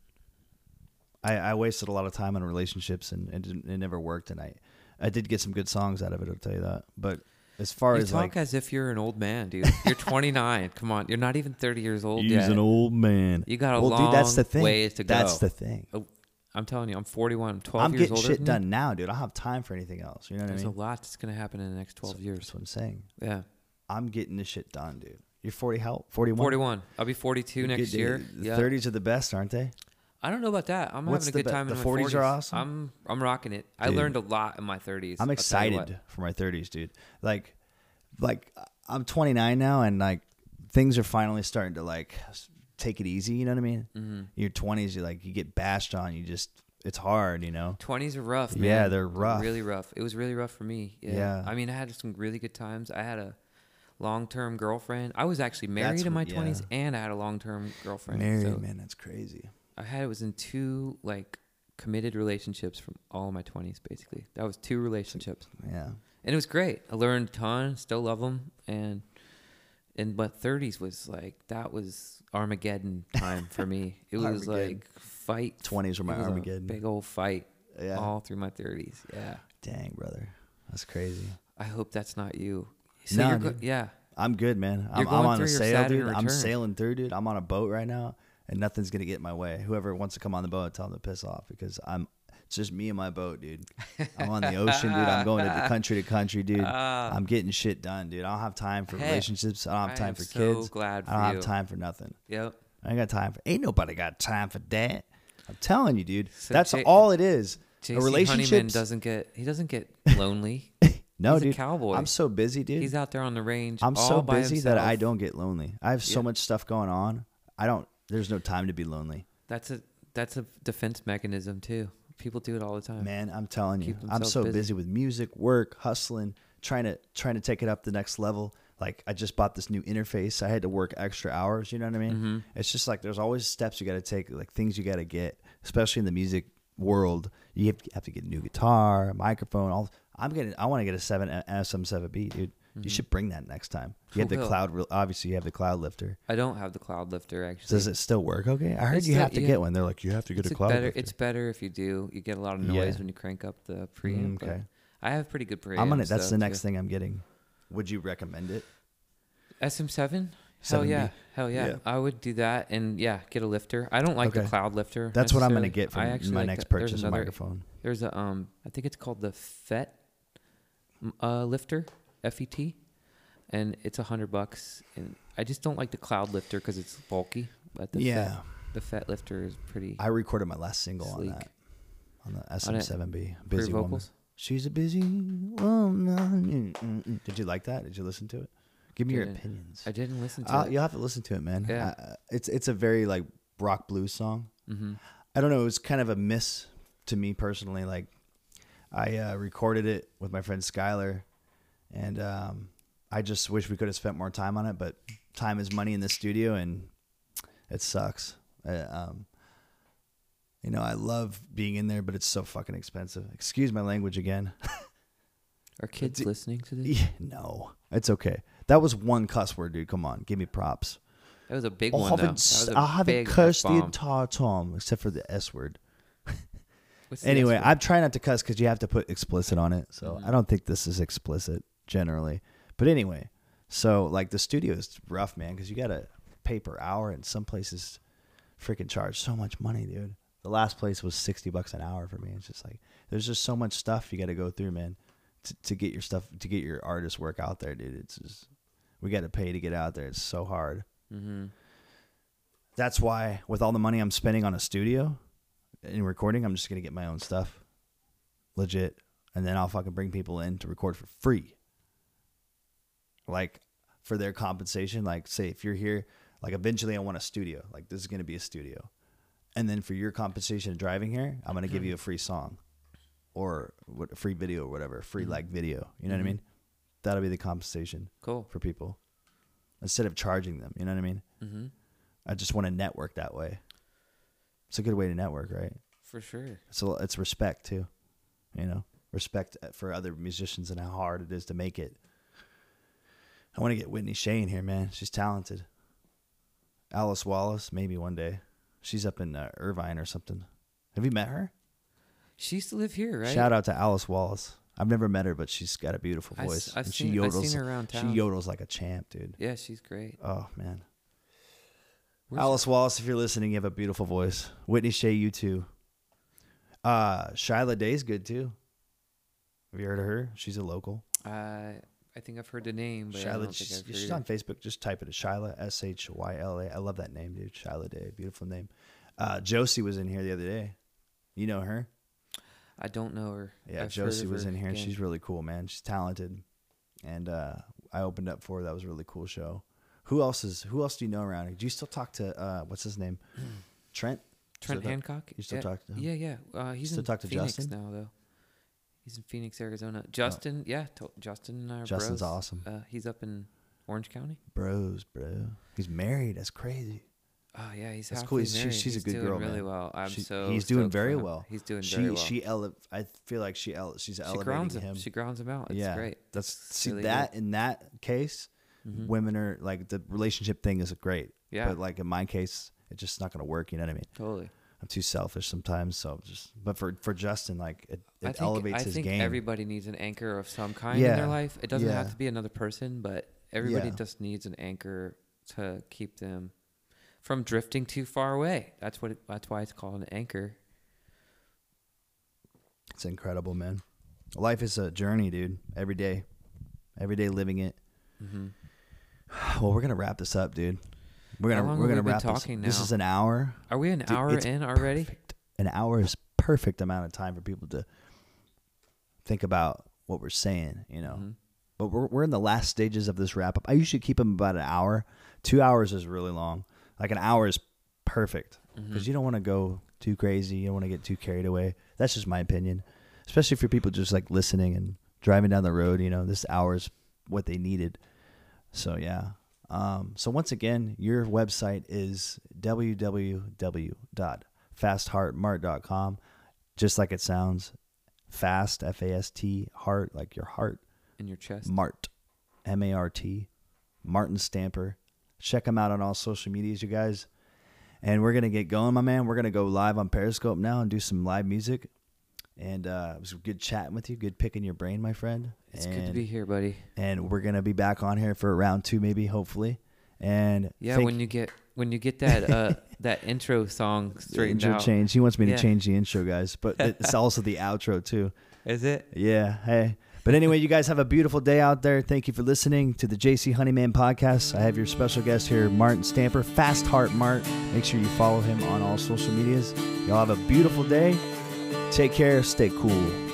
A: I, I wasted a lot of time on relationships and it, didn't, it never worked. And I, I did get some good songs out of it, I'll tell you that. But as far
B: You
A: as
B: talk
A: like,
B: as if you're an old man, dude. You're 29. Come on, you're not even 30 years old
A: he's
B: yet.
A: an old man.
B: You got a
A: well, dude, that's the
B: long
A: thing.
B: ways to
A: That's
B: go.
A: the thing.
B: Oh, I'm telling you, I'm 41. I'm 12
A: I'm
B: years
A: getting
B: older.
A: shit
B: than
A: done now, dude. I don't have time for anything else. You know
B: You.
A: what
B: There's
A: I
B: a
A: mean?
B: lot that's gonna happen in the next 12 years.
A: That's what I'm saying.
B: Yeah,
A: I'm getting this shit done, dude. You're 40, how? 41?
B: 41. I'll be 42 next year.
A: The
B: yeah.
A: 30s are the best, aren't they?
B: I don't know about that. I'm
A: What's
B: having
A: the
B: a good
A: be-
B: time.
A: the
B: in my
A: 40s are awesome?
B: I'm I'm rocking it. I
A: Dude.
B: learned a lot in my 30s.
A: I'm
B: I'll tell you what.
A: excited for my 30s, dude. Like, like I'm 29 now, and like things are finally starting to like s- take it easy. You know what I mean?
B: Mm-hmm.
A: Your 20s, you like you get bashed on. You just it's hard, you know.
B: 20s are rough, man.
A: Yeah, they're rough.
B: Really rough. It was really rough for me. Yeah.
A: Yeah.
B: I mean, I had some really good times. I had a long-term girlfriend. I was actually married
A: That's
B: in my
A: wh-
B: 20s,
A: yeah.
B: and I had a long-term girlfriend.
A: Married
B: so
A: man, that's crazy.
B: I had it was in two like committed relationships from all my 20s, basically. That was two relationships,
A: Yeah,
B: and it was great. I learned a ton. Still love them, and and but 30s was like that was Armageddon time for
A: *laughs*
B: me. It was
A: Armageddon.
B: like fight.
A: 20s were my
B: It was a
A: Armageddon.
B: Big old fight
A: yeah.
B: all through my 30s. Yeah.
A: Dang, brother, that's crazy.
B: I hope that's not you.
A: No,
B: you're go-
A: dude.
B: yeah.
A: I'm good, man. I'm, I'm
B: going
A: on a
B: through your
A: sail,
B: Saturn
A: dude. I'm
B: return.
A: sailing through, dude. I'm on a boat right now, and nothing's gonna get in my way. Whoever wants to come on the boat, tell them to piss off because I'm. It's just me and my boat, dude. I'm on the ocean, dude. I'm going to
B: *laughs*
A: the country to country, dude.
B: Ah.
A: I'm getting shit done, dude. I don't have time for
B: Hey,
A: relationships. I don't have
B: I
A: time
B: am
A: for
B: so
A: kids.
B: glad
A: I don't
B: for
A: have
B: you.
A: time for nothing.
B: Yep.
A: I ain't got time for. Ain't nobody got time for that. I'm telling you, dude.
B: So
A: That's
B: J-
A: all it is.
B: JC
A: A relationship
B: Honeyman doesn't get he
A: *laughs*
B: doesn't get lonely.
A: No,
B: he's a
A: dude.
B: cowboy.
A: I'm so busy, dude.
B: He's out there on the range.
A: I'm
B: all
A: so
B: by
A: busy that I
B: himself.
A: don't get lonely. I have so
B: Yeah.
A: much stuff going on. I don't. There's no time to be lonely,
B: That's a that's a defense mechanism too. People do it all the time.
A: man. I'm telling you,
B: Keep
A: I'm
B: themselves
A: so busy.
B: busy.
A: with music, work, hustling, trying to trying to take it up the next level. Like I just bought this new interface. I had to work extra hours. You know what I mean?
B: Mm-hmm.
A: It's just like there's always steps you got to take, like things you got to get, especially in the music world. You have, have to get a new guitar, microphone. All I'm getting. I want to get a seven a- SM7B, dude. You should bring that next time. You have the
B: Mm-hmm. will.
A: cloud. re- Obviously, you have the cloud lifter.
B: I don't have the cloud lifter actually.
A: Does it still work? Okay, I heard
B: It's
A: you
B: still-
A: have to
B: you-
A: get one. They're like, you have to get
B: it's
A: a
B: a
A: cloud.
B: better
A: lifter.
B: it's better if you do. You get a lot of noise
A: Yeah.
B: when you crank up the
A: Mm,
B: preamp. but
A: okay.
B: I have pretty good preamps.
A: I'm gonna. That's
B: though,
A: the next
B: too.
A: thing I'm getting. Would you recommend it?
B: SM7? Hell
A: 7B.
B: yeah. Hell yeah.
A: Yeah.
B: I would do that and yeah, get a lifter. I don't like
A: Okay.
B: the cloud lifter.
A: That's what I'm gonna
B: necessarily.
A: get from
B: I actually
A: my
B: like
A: next
B: the- there's
A: purchase: a
B: another-
A: microphone.
B: There's a um, I think it's called the FET m- uh, lifter, F E T. and it's a hundred bucks. And I just don't like the cloud lifter because it's bulky. But the
A: Yeah.
B: fat, the fat lifter is pretty.
A: I recorded my last single on
B: Sleek.
A: that, on the
B: it.
A: SM7B.
B: for your
A: Busy woman.
B: vocals.
A: She's a busy woman. Mm-mm-mm. Did you like that? Did you listen to it? Give me your
B: Didn't.
A: opinions.
B: I didn't listen to
A: Uh,
B: it.
A: you'll have to listen to it, man.
B: Yeah.
A: Uh, it's it's a very like rock blues song.
B: Mm-hmm.
A: I don't know. It was kind of a miss to me personally. Like, I uh, recorded it with my friend Skylar, and um, I just wish we could have spent more time on it. But time is money in the studio, and it sucks. I, um, you know, I love being in there, but it's so fucking expensive. Excuse my language again. *laughs*
B: Are kids
A: d-
B: listening to this?
A: Yeah, no, it's okay. That was one cuss word, dude. Come on, give me props.
B: That was a big
A: I
B: one. though. That
A: haven't,
B: was
A: s-
B: a
A: I haven't
B: big
A: cursed the
B: F-bomb.
A: entire time except for the S word.
B: What's the Mm-hmm.
A: Anyway,
B: next one?
A: I'm trying not to cuss because you have to put explicit on it. So I don't think this is explicit generally. But anyway, so like the studio is rough, man, because you got to pay per hour, and some places freaking charge so much money, dude. The last place was 60 bucks an hour for me. It's just like there's just so much stuff you got to go through, man, to, to get your stuff, to get your artist work out there, dude. It's just, we got to pay to get out there. It's so hard.
B: Mhm.
A: That's why, with all the money I'm spending on a studio and recording, I'm just gonna get my own stuff, legit, and then I'll fucking bring people in to record for free. Like, for their compensation. Like, say if you're here, like eventually I want a studio. Like this is gonna be a studio, and then for your compensation of driving here, I'm gonna give you a free song, or what, a free video or whatever, a free like video. You know what I mean? That'll be the compensation
B: cool.
A: for people instead of charging them. You know what I mean?
B: hmm
A: I just want to network that way. It's a good way to network, right?
B: For sure.
A: It's a, it's respect too, you know, respect uh, for other musicians and how hard it is to make it. I want to get Whitney Shane here, man. She's talented. Alice Wallace, maybe one day. She's up in uh, Irvine or something. Have you met her?
B: She used to live here, right?
A: Shout out to Alice Wallace. I've never met her, but she's got a beautiful
B: I s-
A: voice.
B: I've
A: and she
B: seen- I've
A: yodels.
B: seen her around
A: she
B: town.
A: yodels like a champ, dude.
B: Yeah, she's great.
A: Oh man,
B: Where's-
A: Alice Wallace, if you're listening, you have a beautiful voice. Whitney Shea, you too. Uh, Shyla Day's good too. Have you heard of her? She's a local.
B: I Uh, I think I've heard the name, but I don't
A: Shyla,
B: think
A: she's,
B: I've heard
A: she's
B: it.
A: on Facebook. Just type it as Shyla, S H Y L A. I love that name, dude. Shyla Day, beautiful name. Uh, Josie was in here the other day. You know her?
B: I don't know her.
A: Yeah,
B: I've heard
A: Josie
B: of
A: was
B: her
A: in here. and
B: again.
A: She's really cool, man. She's talented, and uh, I opened up for her. That was a really cool show. Who else is? Who else do you know around? here? Do you still talk to uh, what's his
B: *clears throat*
A: name? Trent.
B: Trent
A: Still talk-
B: Hancock.
A: you still
B: yeah.
A: talk to him?
B: Yeah, yeah. Uh, he's
A: still
B: in
A: talk to
B: Phoenix
A: Justin?
B: now, though. He's in Phoenix, Arizona. Justin, yeah, to- Justin and I are
A: Justin's
B: bros.
A: awesome.
B: Uh, he's up in Orange County.
A: bros, bro. He's married. That's crazy.
B: Oh yeah, he's
A: That's
B: halfway
A: cool. She's-
B: married.
A: she's a
B: He's
A: good
B: doing
A: girl,
B: Really
A: man.
B: well. I'm
A: She-
B: so.
A: he's doing
B: stoked for
A: very
B: him.
A: well.
B: He's doing
A: she
B: very well.
A: she ele- I feel like she ele- she's
B: she
A: elevating
B: grounds
A: him.
B: She grounds him out. It's
A: yeah,
B: great.
A: that's
B: It's
A: see
B: really
A: that
B: good. Mm-hmm.
A: in that case, women are like the relationship thing is great.
B: Yeah.
A: but like in my case, it's just not gonna work. You know what I mean?
B: Totally.
A: I'm too selfish sometimes, so I'm just but for for Justin, like it, it
B: I think,
A: elevates
B: I
A: his
B: think
A: game.
B: everybody needs an anchor of some kind in
A: Yeah.
B: their life. It doesn't have
A: Yeah.
B: to be another person, but everybody
A: Yeah.
B: just needs an anchor to keep them from drifting too far away. That's what. It, that's why it's called an anchor.
A: It's incredible, man. Life is a journey, dude. Every day, every day living it.
B: Mm-hmm.
A: *sighs* Well, we're gonna wrap this up, dude. We're
B: How
A: gonna
B: long
A: we're
B: have we
A: gonna
B: been
A: wrap
B: talking
A: this. This
B: now?
A: is an hour.
B: Are we an
A: Dude,
B: hour
A: it's
B: in already?
A: Perfect. An hour is perfect amount of time for people to think about what we're saying, you know. But we're we're in the last stages of this wrap up. I usually keep them about an hour. Two hours is really long. Like an hour is perfect because you don't want to go too crazy. You don't want to get too carried away. That's just my opinion, especially for people just like listening and driving down the road. You know, this hour is what they needed. So yeah. Um, so once again, your website is www.fastheartmart.com, just like it sounds. Fast, F A S T, heart, like your heart.
B: In your chest.
A: Mart, M A R T, Martin Stamper. Check him out on all social medias, you guys. And we're gonna get going, my man. We're gonna go live on Periscope now and do some live music. And uh, it was good chatting with you. Good picking your brain, my friend.
B: It's
A: and,
B: good to be here, buddy.
A: And we're gonna be back on here for round two, maybe, hopefully. And
B: Yeah,
A: thank-
B: when you get when you get
A: *laughs*
B: that uh that intro song
A: the
B: straightened
A: intro
B: out.
A: change. He wants me
B: Yeah. *laughs*
A: to change the intro, guys, but it's also the outro too.
B: Is it?
A: Yeah. Hey. But anyway, you guys have a beautiful day out there. Thank you for listening to the JC Honeyman podcast. I have your special guest here, Martin Stamper, Fast Heart Mart. Make sure you follow him on all social medias. Y'all have a beautiful day. Take care. Stay cool.